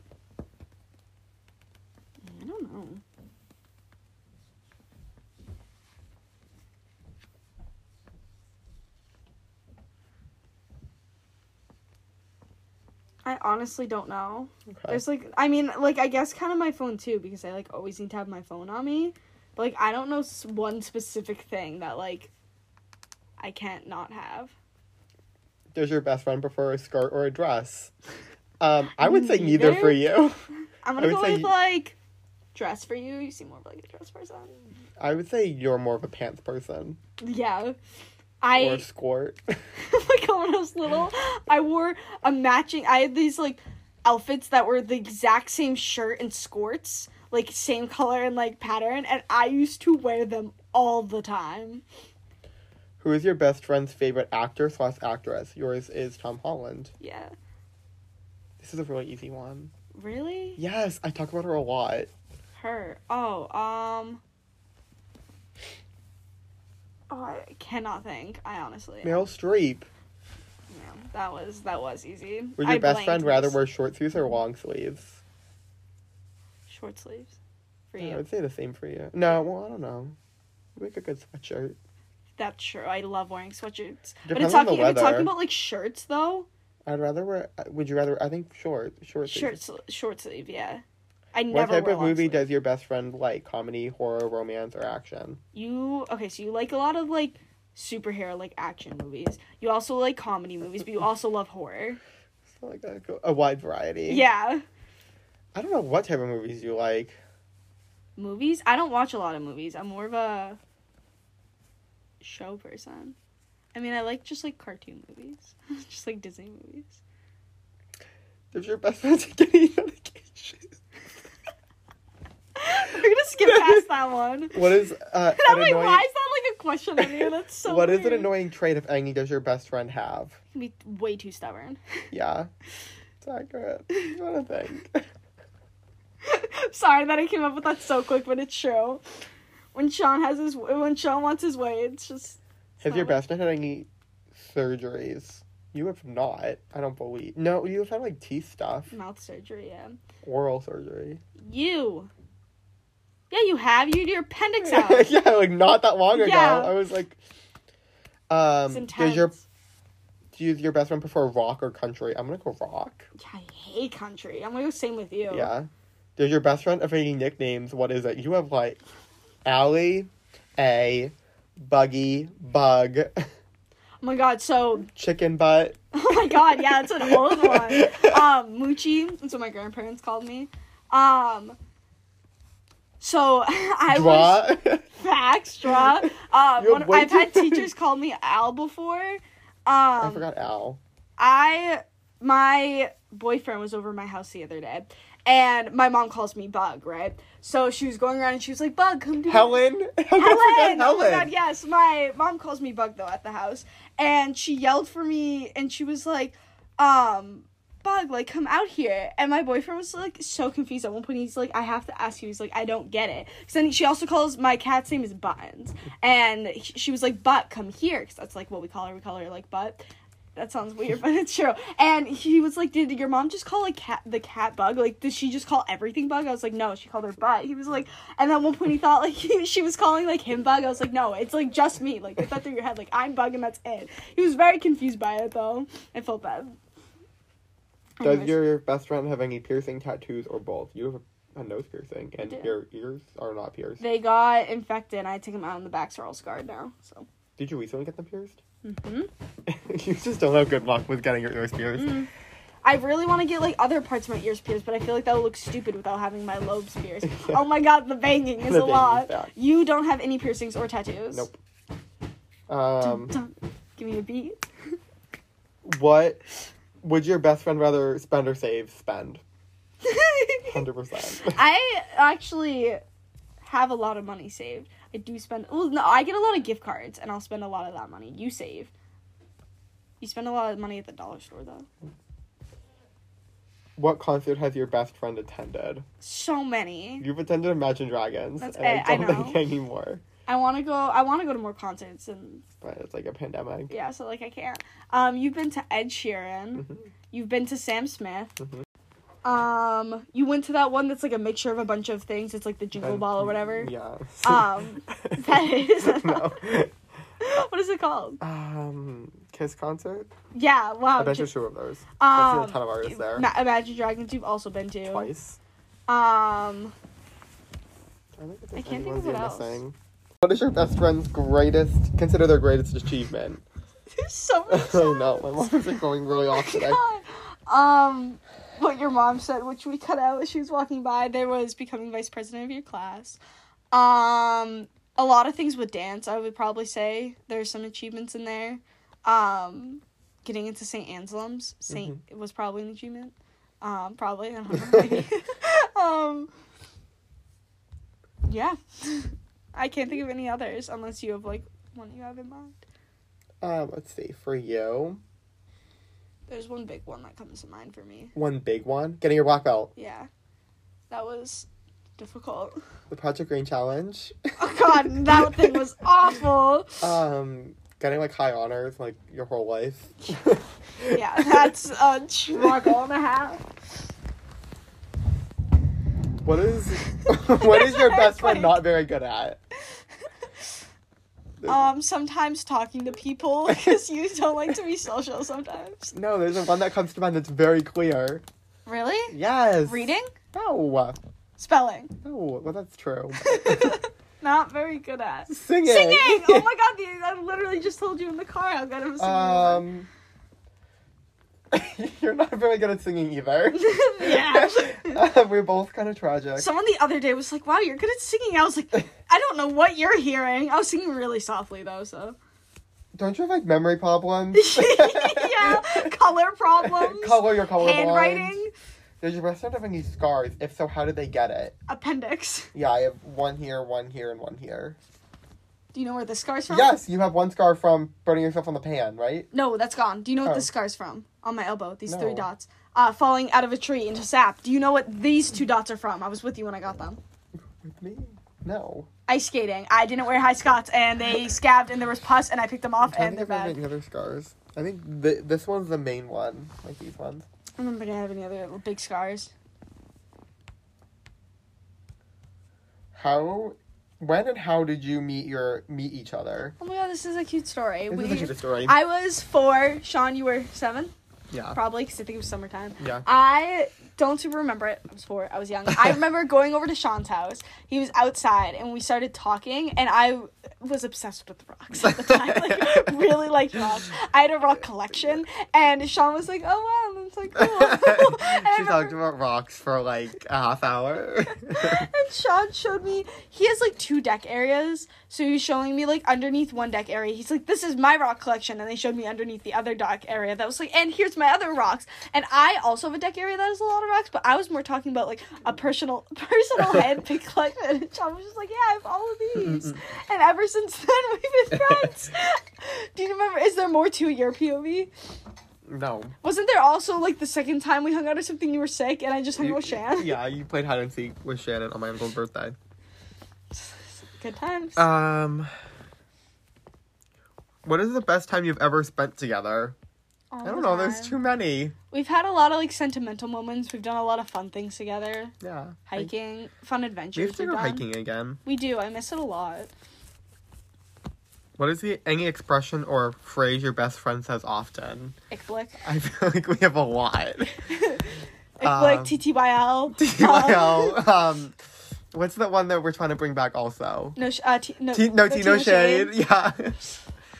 i don't know I honestly don't know.
Okay.
There's like, I mean, like I guess kind of my phone too because I like always need to have my phone on me. But like I don't know s- one specific thing that like I can't not have.
Does your best friend prefer a skirt or a dress? Um, I would
Mm,
say neither for you.
I'm
I
gonna
would
go
say
with
y-
like dress for you. You seem more of like a dress person.
I would say you're more of a pants person
Yeah, I
or a skirt.
like when I was little, I wore a matching. I had these like outfits that were the exact same shirt and skirts, like same color and like pattern, and I used to wear them all the time.
Who is your best friend's favorite actor slash actress? Yours is Tom Holland.
Yeah,
This is a really easy one.
really?
Yes, I talk about her a lot.
Her. Oh, um. Oh, I cannot think. I honestly.
Meryl Streep.
Yeah, that was that was easy.
Would your
I
best friend
blanked
rather
most-
wear short sleeves or long sleeves?
short sleeves? For
Yeah, I
you,
would say the same for you. No, well, I don't know. Make a good sweatshirt.
that's true. I love wearing sweatshirts. but it's
Depends on the
talking. If it's
weather.
talking about like shirts though,
I'd rather wear. uh, Would you rather? I think short, short sleeves.
Short sl- short sleeve, yeah. I
What
never
type
wear
of
long
movie
sleeve.
does your best friend like? Comedy, horror, romance, or action?
you okay? So you like a lot of like superhero like action movies. You also like comedy movies, but you also love horror.
So like a, a wide variety.
Yeah,
I don't know what type of movies you like.
movies. I don't watch a lot of movies. I'm more of a show person. I mean, I like just like cartoon movies, just like Disney movies.
Does your best friend take any medication?
We're gonna skip past that one.
What is uh,
I'm
an
like,
annoying?
why is that like a question in here? That's so.
what
weird.
is an annoying trait of any does your best friend have?
Can be way too stubborn.
Yeah, it's accurate. I don't think.
Sorry that I came up with that so quick, but it's true. When Sean has his, when Sean wants his way, it's just.
Has your best friend had any surgeries? You have not. I don't believe. No, you have had like teeth stuff,
Mouth surgery, yeah.
oral surgery.
You. Yeah, you have. You had your appendix out.
yeah, like not that long ago.
Yeah.
I was like,
It's
um, does
intense.
your to use your best friend prefer rock or country? I'm gonna go rock.
I hate country. I'm gonna go same with you.
Yeah. Does your best friend have any nicknames? What is it? You have like Allie, A, Buggy, Bug,
Oh my god. So.
Chicken Butt.
Oh my god. Yeah, that's an old one. Um, Moochie. That's what my grandparents called me. Um. So I was
Draw.
facts draw. Um,
You're
one-
way
I've
too
had
funny.
teachers call me Al before.
I
Um,
forgot Al.
I my boyfriend was over my house the other day, and my mom calls me Bug, right? So she was going around and she was like, "Bug, come do
Helen. How could I forget
Helen! Oh my
Helen?
god, yes. My mom calls me Bug though at the house. And she yelled for me and she was like, um, Bug, like come out here. And my boyfriend was like so confused at one point. He's like, I have to ask you. He's like, I don't get it. 'Cause then she also calls my cat's name is Buttons. And he- she was like, Butt, come here. Because that's like what we call her. We call her like Butt. That sounds weird, but it's true. And he was like, "Did your mom just call like cat the cat bug? Like, did she just call everything bug?" I was like, "No, she called her butt." He was like, and at one point he thought like he, she was calling like him bug. I was like, "No, it's like just me. Like, get that through your head. Like, I'm bug and that's it." He was very confused by it though. I felt bad.
Does
Anyways.
your best friend have any piercing, tattoos, or both? You have a, a nose piercing, and
do.
your ears are not pierced.
they got infected? and I took them out, and the backs are all scarred now. So
Did you recently get them pierced?
hmm
you just don't have good luck with getting your ears pierced.
Mm. I really want to get like other parts of my ears pierced, but I feel like that would look stupid without having my lobes pierced. Oh my god, the banging is
The
a lot.
banging's back.
You don't have any piercings or tattoos.
Nope.
Dun,
Um,
dun. Give me a beat.
what would your best friend rather spend or save? Spend. Hundred percent.
I actually have a lot of money saved. I do spend. Well, no, I get a lot of gift cards, and I'll spend a lot of that money. You save. You spend a lot of money at the dollar store, though.
What concert has your best friend attended?
So many.
You've attended Imagine Dragons,
That's
and I
it, I
don't think
know.
anymore.
I want to go. I want to go to more concerts, and
But it's like a pandemic.
yeah, so like I can't. Um, you've been to Ed Sheeran.
Mm-hmm.
You've been to Sam Smith.
Mhm.
Um, you went to that one that's like a mixture of a bunch of things. It's like the Jingle
And-
Ball or whatever.
Yeah.
Um, that is-
no.
what is it called?
Um, Kiss concert.
Yeah, wow.
I bet you
just-
two of those. I've seen
um,
a ton of artists there.
Ma- Imagine Dragons. You've also been to.
Twice.
Um,
I, think
I can't think of what else.
What is your best friend's greatest? Consider their greatest achievement.
there's so many.
oh no, my mom's like going really off today.
God. Um, what your mom said, which we cut out as she was walking by, there was becoming vice president of your class. Um, a lot of things with dance, I would probably say. There's some achievements in there. Um, getting into St. Anselm's, St. was probably an achievement. Um, probably, I don't know. maybe. um, yeah. I can't think of any others unless you have like one you have in mind.
Um, let's see. For you,
There's one big one that comes to mind for me.
one big one: getting your black belt,
Yeah. That was difficult.
the Project Green challenge.
Oh god, that thing was awful.
Um, getting like high honors like your whole life.
Yeah, that's a struggle and a half.
What is what is your best friend
Earthquake.
not very good at?
Um, sometimes talking to people because you don't like to be social sometimes.
No, there's a one that comes to mind that's very clear.
Really?
Yes.
Reading?
No.
Spelling.
No. Well, that's true.
Not very good at.
Singing.
Singing! Oh my god, the, I literally just told you in the car I was gonna sing.
Um, you're not very good at singing either.
yeah.
We're both kind of tragic.
Someone the other day was like, wow, you're good at singing. I was like, I don't know what you're hearing. I was singing really softly though, so.
Don't you have like memory problems?
yeah, color problems.
Color your color
handwriting,
Does your best friend have any scars? If so, how did they get it?
appendix.
Yeah, I have one here, one here, and one here.
Do you know where the scar's from?
Yes, you have one scar from burning yourself on the pan, right?
No, that's gone. Do you know what
Oh.
the scar's from? On my elbow, these
No.
three dots. Uh, falling out of a tree into sap. Do you know what these two dots are from? I was with you when I got them.
With me? No.
Ice skating. I didn't wear high scots, and they scabbed, and there was pus, and I picked them off,
I
and
don't
they're
think I have
bad.
any other scars. I think th- this one's the main one, like these ones.
I don't think I have any other big scars.
How when and how did you meet your meet each other?
Oh my god, this is a cute story.
This
We,
is the cutest story.
I was four. Sean, you were seven,
yeah.
probably, because I think it was summertime.
Uh. Yeah.
I don't super remember it. I was four. I was young. I remember going over to Sean's house. He was outside, and we started talking. And I was obsessed with rocks at the time. Like, really liked rocks. I had a rock collection, and Sean was like, "Oh wow, that's like cool." And I
she
remember-
talked about rocks for like a half hour.
and Sean showed me he has like two deck areas. So he's showing me like underneath one deck area. He's like, This is my rock collection and they showed me underneath the other dock area that was like and here's my other rocks. And I also have a deck area that has a lot of rocks, but I was more talking about like a personal personal handpick collection. And Sean was just like, Yeah, I have all of these. and ever since then we've been friends. Do you remember is there more to your POV?
no.
Wasn't there also like the second time we hung out or something you were sick and I just hung out
You-
with Shan?
Yeah, you played hide and seek with Shannon on my uncle's birthday.
Good times.
Um, what is the best time you've ever spent together?
All
I don't
the
know. There's
time.
too many.
We've had a lot of like sentimental moments. We've done a lot of fun things together.
Yeah.
Hiking, fun
We
adventures.
have to
we've
go
done.
hiking again.
We do. I miss it a lot.
What is the any expression or phrase your best friend says often?
Ik blik.
I feel like we have a lot.
Ik blik,
Um,
TTYL. Um,
TYL. um, what's the one that we're trying to bring back also?
no, sh- uh, t- no,
T- no,
no
tea, no
Tino
shade. Yeah.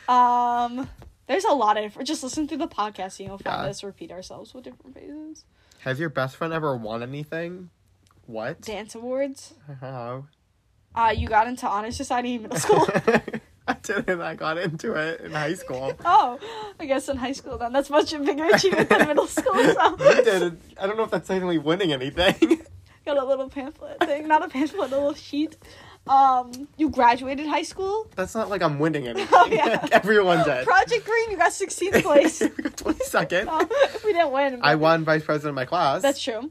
Um, there's a lot of. Just listen through the podcast and you'll find
Yeah.
us repeat ourselves with different phrases.
Has your best friend ever won anything? What?
Dance awards.
How?
Uh, you got into honor society in middle school.
I didn't. I got into it in high school.
oh, I guess in high school then. That's much a bigger achievement than middle school. So
You did. I don't know if that's technically winning anything.
got a little pamphlet thing, not a pamphlet, a little sheet. Um, you graduated high school.
That's not like I'm winning anything.
Oh, yeah.
Like, everyone did.
Project Green, you got 16th place.
Twenty second.
No, we didn't win.
I won vice president of my class.
That's true.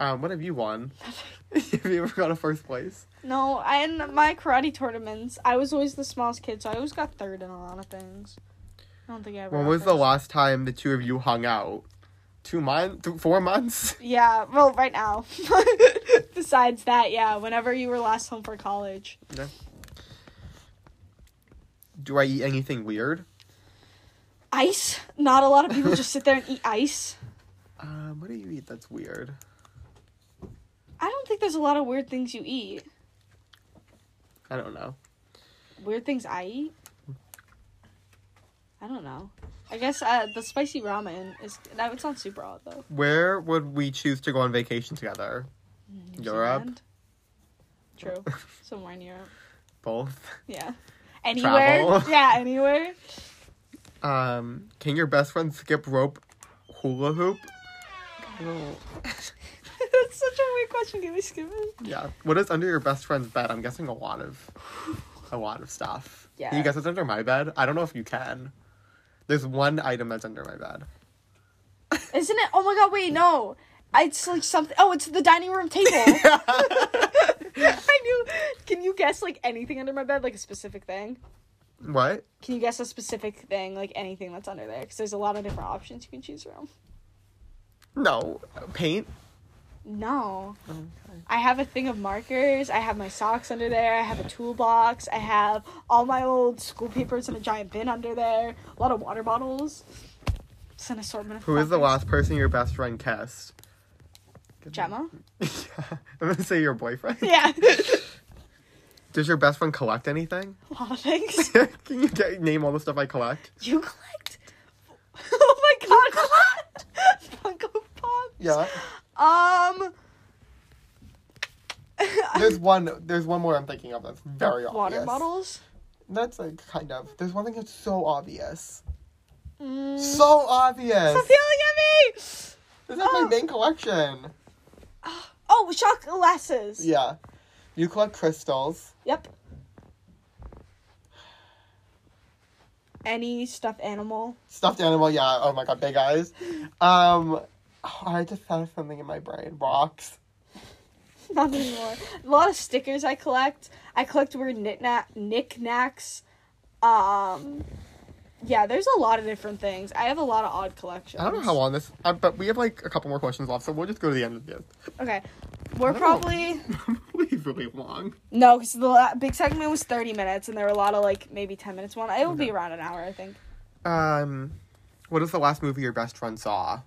um, what have you won? have you ever got a first place?
No, I in my karate tournaments, I was always the smallest kid, so I always got third in a lot of things. I don't think I ever.
When
got
was the
first.
last time the two of you hung out? Two months? Th- four months?
Yeah, well, right now. Besides that, yeah, whenever you were last home for college.
Do I eat anything weird?
Ice. Not a lot of people just sit there and eat ice.
Um, what do you eat that's weird?
I don't think there's a lot of weird things you eat.
I don't know.
Weird things I eat? I don't know. I guess uh, the spicy ramen is. That would sound super odd, though.
Where would we choose to go on vacation together?
New
Europe?
Zealand? True. Somewhere in Europe.
Both.
Yeah. Anywhere.
Travel.
Yeah, anywhere.
Um, can your best friend skip rope hula hoop?
That's such a weird question. Can we skip it?
Yeah. What is under your best friend's bed? I'm guessing a lot of a lot of stuff. Can
Yeah.
you guess what's under my bed? I don't know if you can. There's one item that's under my bed.
Isn't it? Oh my god, wait, no. It's like something. Oh, it's the dining room table. I knew. Can you guess like anything under my bed? Like a specific thing?
what?
Can you guess a specific thing? Like anything that's under there? Because there's a lot of different options you can choose from.
No. Paint?
No. I have a thing of markers. I have my socks under there. I have a toolbox. I have all my old school papers in a giant bin under there. A lot of water bottles. It's an assortment of
Who is the
fuckers.
last person your best friend kissed?
Gemma?
yeah. I'm gonna say your boyfriend.
Yeah.
Does your best friend collect anything?
a lot of things.
can you get, name all the stuff I collect?
You collect. oh my god. Funko Pops.
Yeah.
Um.
There's one. There's one more I'm thinking of that's very obvious.
water bottles?
That's like kind of. There's one thing that's so obvious.
Mm.
So obvious.
Stop yelling at me!
This is my
Oh.
main collection.
Oh, shot glasses.
Yeah. You collect crystals.
Yep. Any stuffed animal.
Stuffed animal, yeah. Oh my god, big eyes. Um oh, I just found something in my brain. Rocks.
Not anymore. A lot of stickers I collect. I collect weird knickknack knickknacks. Um yeah, there's a lot of different things. I have a lot of odd collections.
I don't know how long this uh, but we have like a couple more questions left, so we'll just go to the end of this.
Okay. We're
No.
probably
probably really long.
no, because the la- big segment was thirty minutes, and there were a lot of like maybe ten minutes one. It will be around an hour, I think.
Um, what is the last movie your best friend saw?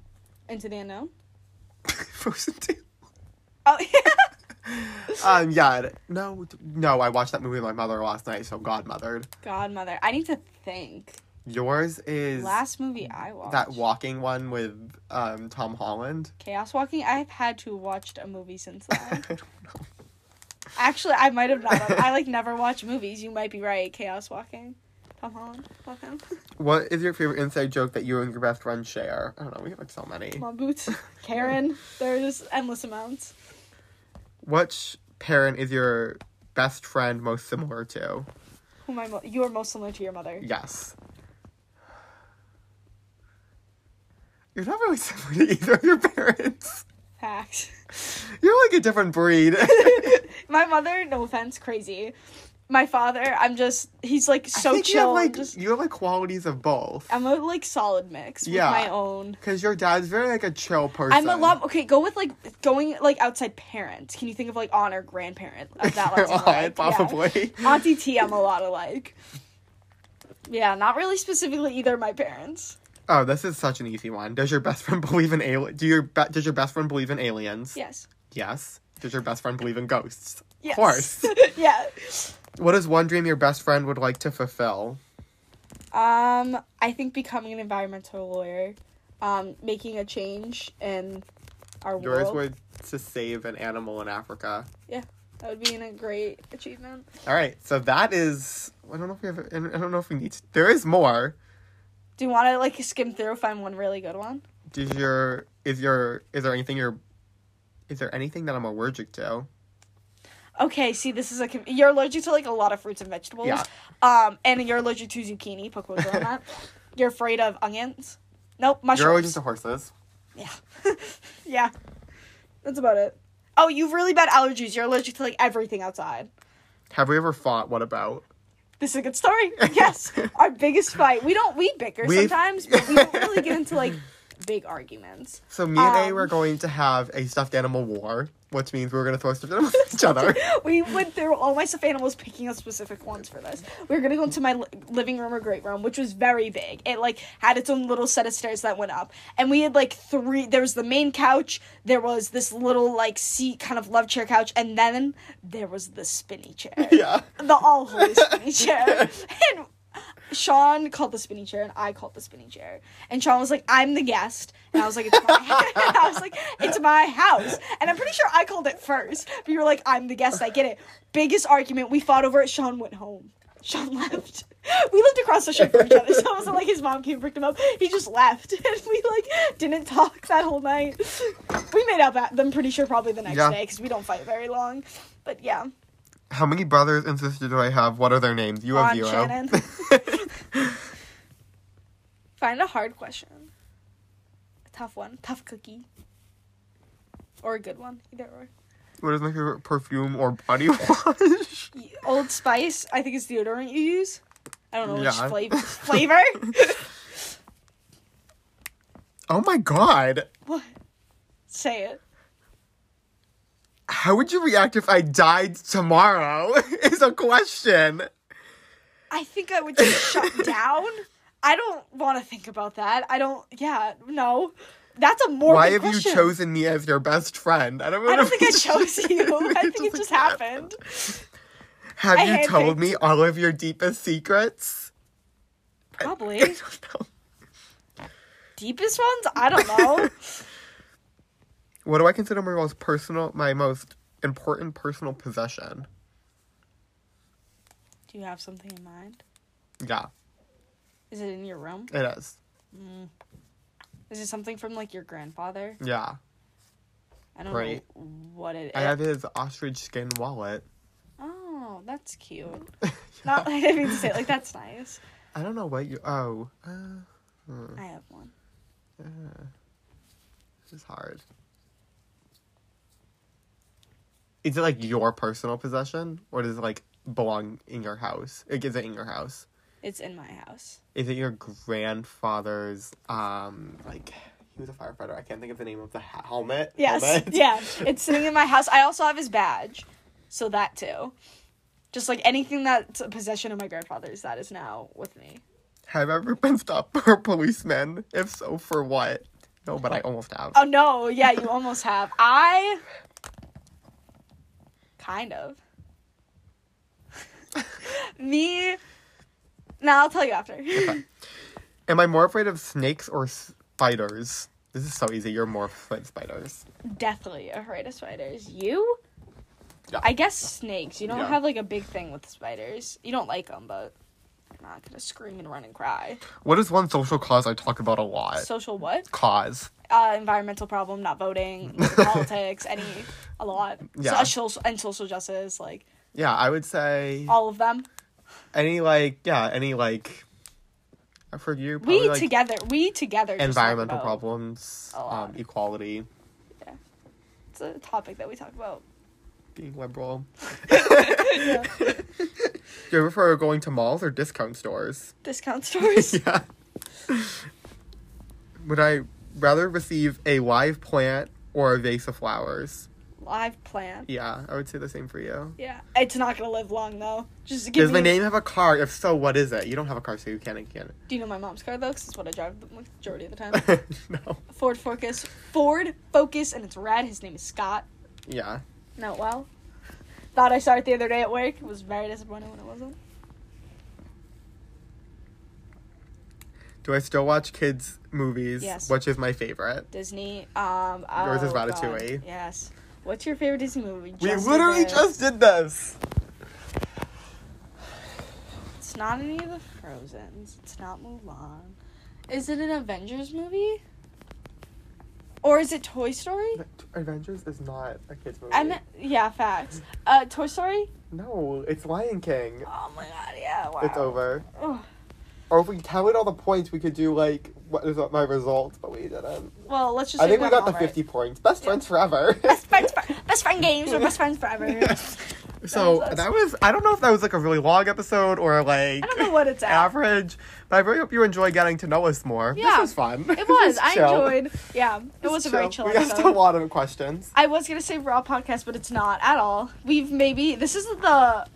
Into the unknown.
Frozen Two.
Oh yeah.
Um, yeah, no, no, I watched that movie with my mother last night, so godmothered.
Godmother. I need to think.
Yours is
Last movie I watched.
that walking one with um Tom Holland.
Chaos Walking. I've had to watched a movie since
I
then.
don't know.
Actually, I might have not. I like never watch movies. You might be right. Chaos Walking. Tom Holland. Love him.
What is your favorite inside joke that you and your best friend share? I don't know, we have like so many.
Mom Boots. Karen. There's just endless amounts.
Which parent is your best friend most similar to?
Who am I? Mo- you are most similar to your mother.
Yes. You're not really similar to either of your parents.
Fact.
You're like a different breed.
My mother. No offense. Crazy. My father. I'm just. He's like
I
so
think You
chill.
have like
and just,
you have like qualities of both.
I'm a like solid mix with
Yeah.
my own.
Because your dad's very like a chill person.
I'm a lot okay. Go with like going like outside parent. Can you think of like aunt or grandparent of that?
Your
lets you
aunt,
like?
probably.
Yeah. Auntie T, I'm a lot alike. Yeah, not really specifically either of my parents.
Oh, this is such an easy one. Does your best friend believe in alien? Do your be- does your best friend believe in aliens?
Yes.
Yes. Does your best friend believe in ghosts?
Yes.
Of course.
yeah.
what is one dream your best friend would like to fulfill?
Um, I think becoming an environmental lawyer, um, making a change in our
Yours
world.
was to save an animal in Africa.
That would be an- a great achievement.
All right, so that is. I don't know if we have. I don't know if we need. To, there is more.
Do you want to like skim through find one really good one?
Does your is your is there anything you're is there anything that I'm allergic to?
Okay, see, this is a com- you're allergic to like a lot of fruits and vegetables.
Yeah.
Um, and you're allergic to zucchini. Put quotes on that. You're afraid of onions. Nope,
You're allergic
mushrooms.
to horses.
yeah, yeah. That's about it. Oh, you've really bad allergies. You're allergic to like everything outside.
Have we ever fought? What about?
This is a good story. Yes, our biggest fight. We don't we bicker
We've-
sometimes, but we don't really get into like big arguments.
So me and A
Um.
were going to have a stuffed animal war, which means we were gonna throw stuffed animals at each other.
We went through all my stuffed animals picking out specific ones for this. We were gonna go into my li- living room or great room, which was very big. It like had its own little set of stairs that went up, and we had like three. There was the main couch. There was this little like seat, kind of love chair couch, and then there was the spinny chair,
yeah.
the all holy spinny chair, and. Sean called the spinny chair and I called the spinny chair. And Sean was like, I'm the guest. And I was like, it's my I was like, it's my house. And I'm pretty sure I called it first. But you were like, I'm the guest, I get it. Biggest argument, we fought over it, Sean went home. Sean left. We lived across the street from each other, so it wasn't like his mom came and picked him up. He just left. And we like didn't talk that whole night. We made up at them pretty sure probably the next
Yeah.
day because we don't fight very long. But yeah.
How many brothers and sisters do I have? What are their names? You have
On
zero.
Shannon. Find a hard question. A tough one. Tough cookie. Or a good one. Either or.
what is my favorite perfume or body wash?
Y- Old Spice, I think it's deodorant you use. I don't know
Yeah.
which flavor. Flavor?
oh my god.
what? Say it.
How would you react if I died tomorrow? is a question.
I think I would just shut down. I don't want to think about that. I don't. Yeah, no. That's a morbid
Why have
question.
you chosen me as your best friend? I don't,
I
know
don't think I
if
chose you. I
It
think it
doesn't
just happened.
Have
I
you
handpicked-
told me all of your deepest secrets?
Probably.
I don't know.
Deepest ones? I don't know.
What do I consider my most personal, my most important personal possession?
Do you have something in mind?
Yeah,
Is it in your room?
it is.
Is it something from like your grandfather?
Yeah,
I don't
Right.
know what it is.
I have his ostrich skin wallet.
Oh, that's cute. Not I didn't mean to say it, like that's nice.
I don't know what you. Oh, uh,
I have one.
this is hard. Is it like your personal possession, or does it like belong in your house? Like, is it in your house? Oh,
It's in my house.
Is it your grandfather's um like he was a firefighter. I can't think of the name of the ha- helmet.
Yes.
helmet.
Yeah. It's sitting in my house. I also have his badge. So that too. Just like anything that's a possession of my grandfather's that is now with me.
Have I ever been stopped by a policeman? If so, for what? No, but I almost have.
Oh no, yeah, you almost have. I kind of. me now I'll tell you after.
Am I more afraid of snakes or spiders? This is so easy. You're more afraid of spiders.
Deathly afraid of spiders. You?
Yeah.
I guess snakes. You don't
Yeah.
have like a big thing with spiders. You don't like them, but you're not gonna scream and run and cry.
What is one social cause I talk about a lot?
Social what?
cause.
Uh, environmental problem, not voting, politics, any, a lot.
Yeah.
So, uh, social, and social justice, like
Yeah, I would say
all of them.
any like yeah any like. I for you probably
we
like
together we together just talk
environmental
about-
problems,
a lot.
um, equality,
it's a topic that we talk about
being liberal. Do you ever prefer going to malls or discount stores?
discount stores
yeah. Would I rather receive a live plant or a vase of flowers?
live plant
Yeah, I would say the same for you.
yeah it's not gonna live long though just give
Does my
me
name have a car? If so, what is it? You don't have a car, so you can't. You can't.
do you know my mom's car though because it's what i drive the majority of the time
no.
ford focus ford focus and it's rad his name is scott
Yeah.
no well thought i saw it the other day at work was very disappointed when it wasn't
Do I still watch kids' movies?
Yes.
Which is my favorite?
disney um
Yours is
oh, God,
Ratatouille.
yes what's your favorite disney movie
we
Just
literally
because-
just did this.
It's not any of the Frozen's. It's not Mulan. Is it an Avengers movie? Or is it Toy Story?
Avengers is not a kids' movie.
I meant, yeah, facts. Uh, Toy Story?
no, it's Lion King.
Oh my god, yeah, wow.
It's over.
Ugh.
Or if we counted all the points, we could do like what is my results, but we didn't.
Well, let's just
I
say
think we
got
got the
all right.
fifty points. Best friends forever.
Best friends, for, best friend games or best friends forever.
So
That was us.
that was I don't know if that was like a really long episode or like
I don't know what it's at.
average, but I really hope you enjoy getting to know us more. This
Yeah.
was fun.
It was. I enjoyed. Yeah, it was a very chill
We asked a
episode.
lot of questions.
I was gonna say raw podcast, but it's not at all. We've maybe this is the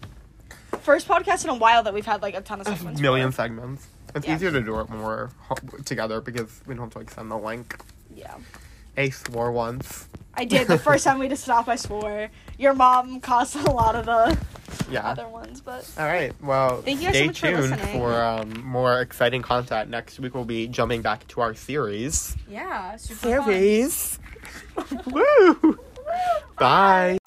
first podcast in a while that we've had like a ton of segments. for.
Million segments. It's
Yeah.
easier to do it when we're ho- together because we don't have to like send the link.
Yeah.
A swore once.
I did. The first time we did stop, I swore. Your mom caused a lot of the
Yeah.
other ones, but
All right. Well,
Thank you guys so
stay
much for
tuned
listening.
for um, more exciting content. Next week we'll be jumping back to our series.
Yeah, super
Series. Woo! Bye.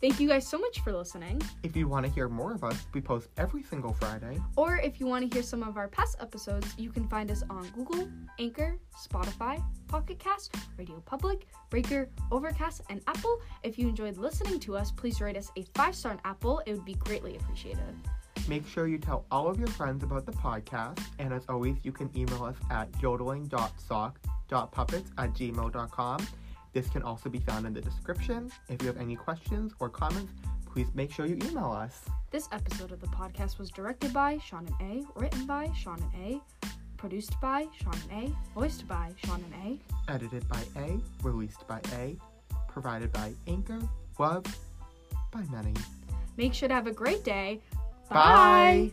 thank you guys so much for listening.
If you want to hear more of us, we post every single Friday.
Or if you want to hear some of our past episodes, you can find us on Google, Anchor, Spotify, Pocket Cast, Radio Public, Breaker, Overcast, and Apple. If you enjoyed listening to us, please rate us a five star on Apple. It would be greatly appreciated.
Make sure you tell all of your friends about the podcast. And as always, you can email us at yodeling.sock.puppets at gmail.com. This can also be found in the description. If you have any questions or comments, please make sure you email us.
This episode of the podcast was directed by Sean and A, written by Sean and A, produced by Sean and A, voiced by Sean and A.
Edited by A, released by A, provided by Anchor, Love, by many.
Make sure to have a great day.
Bye.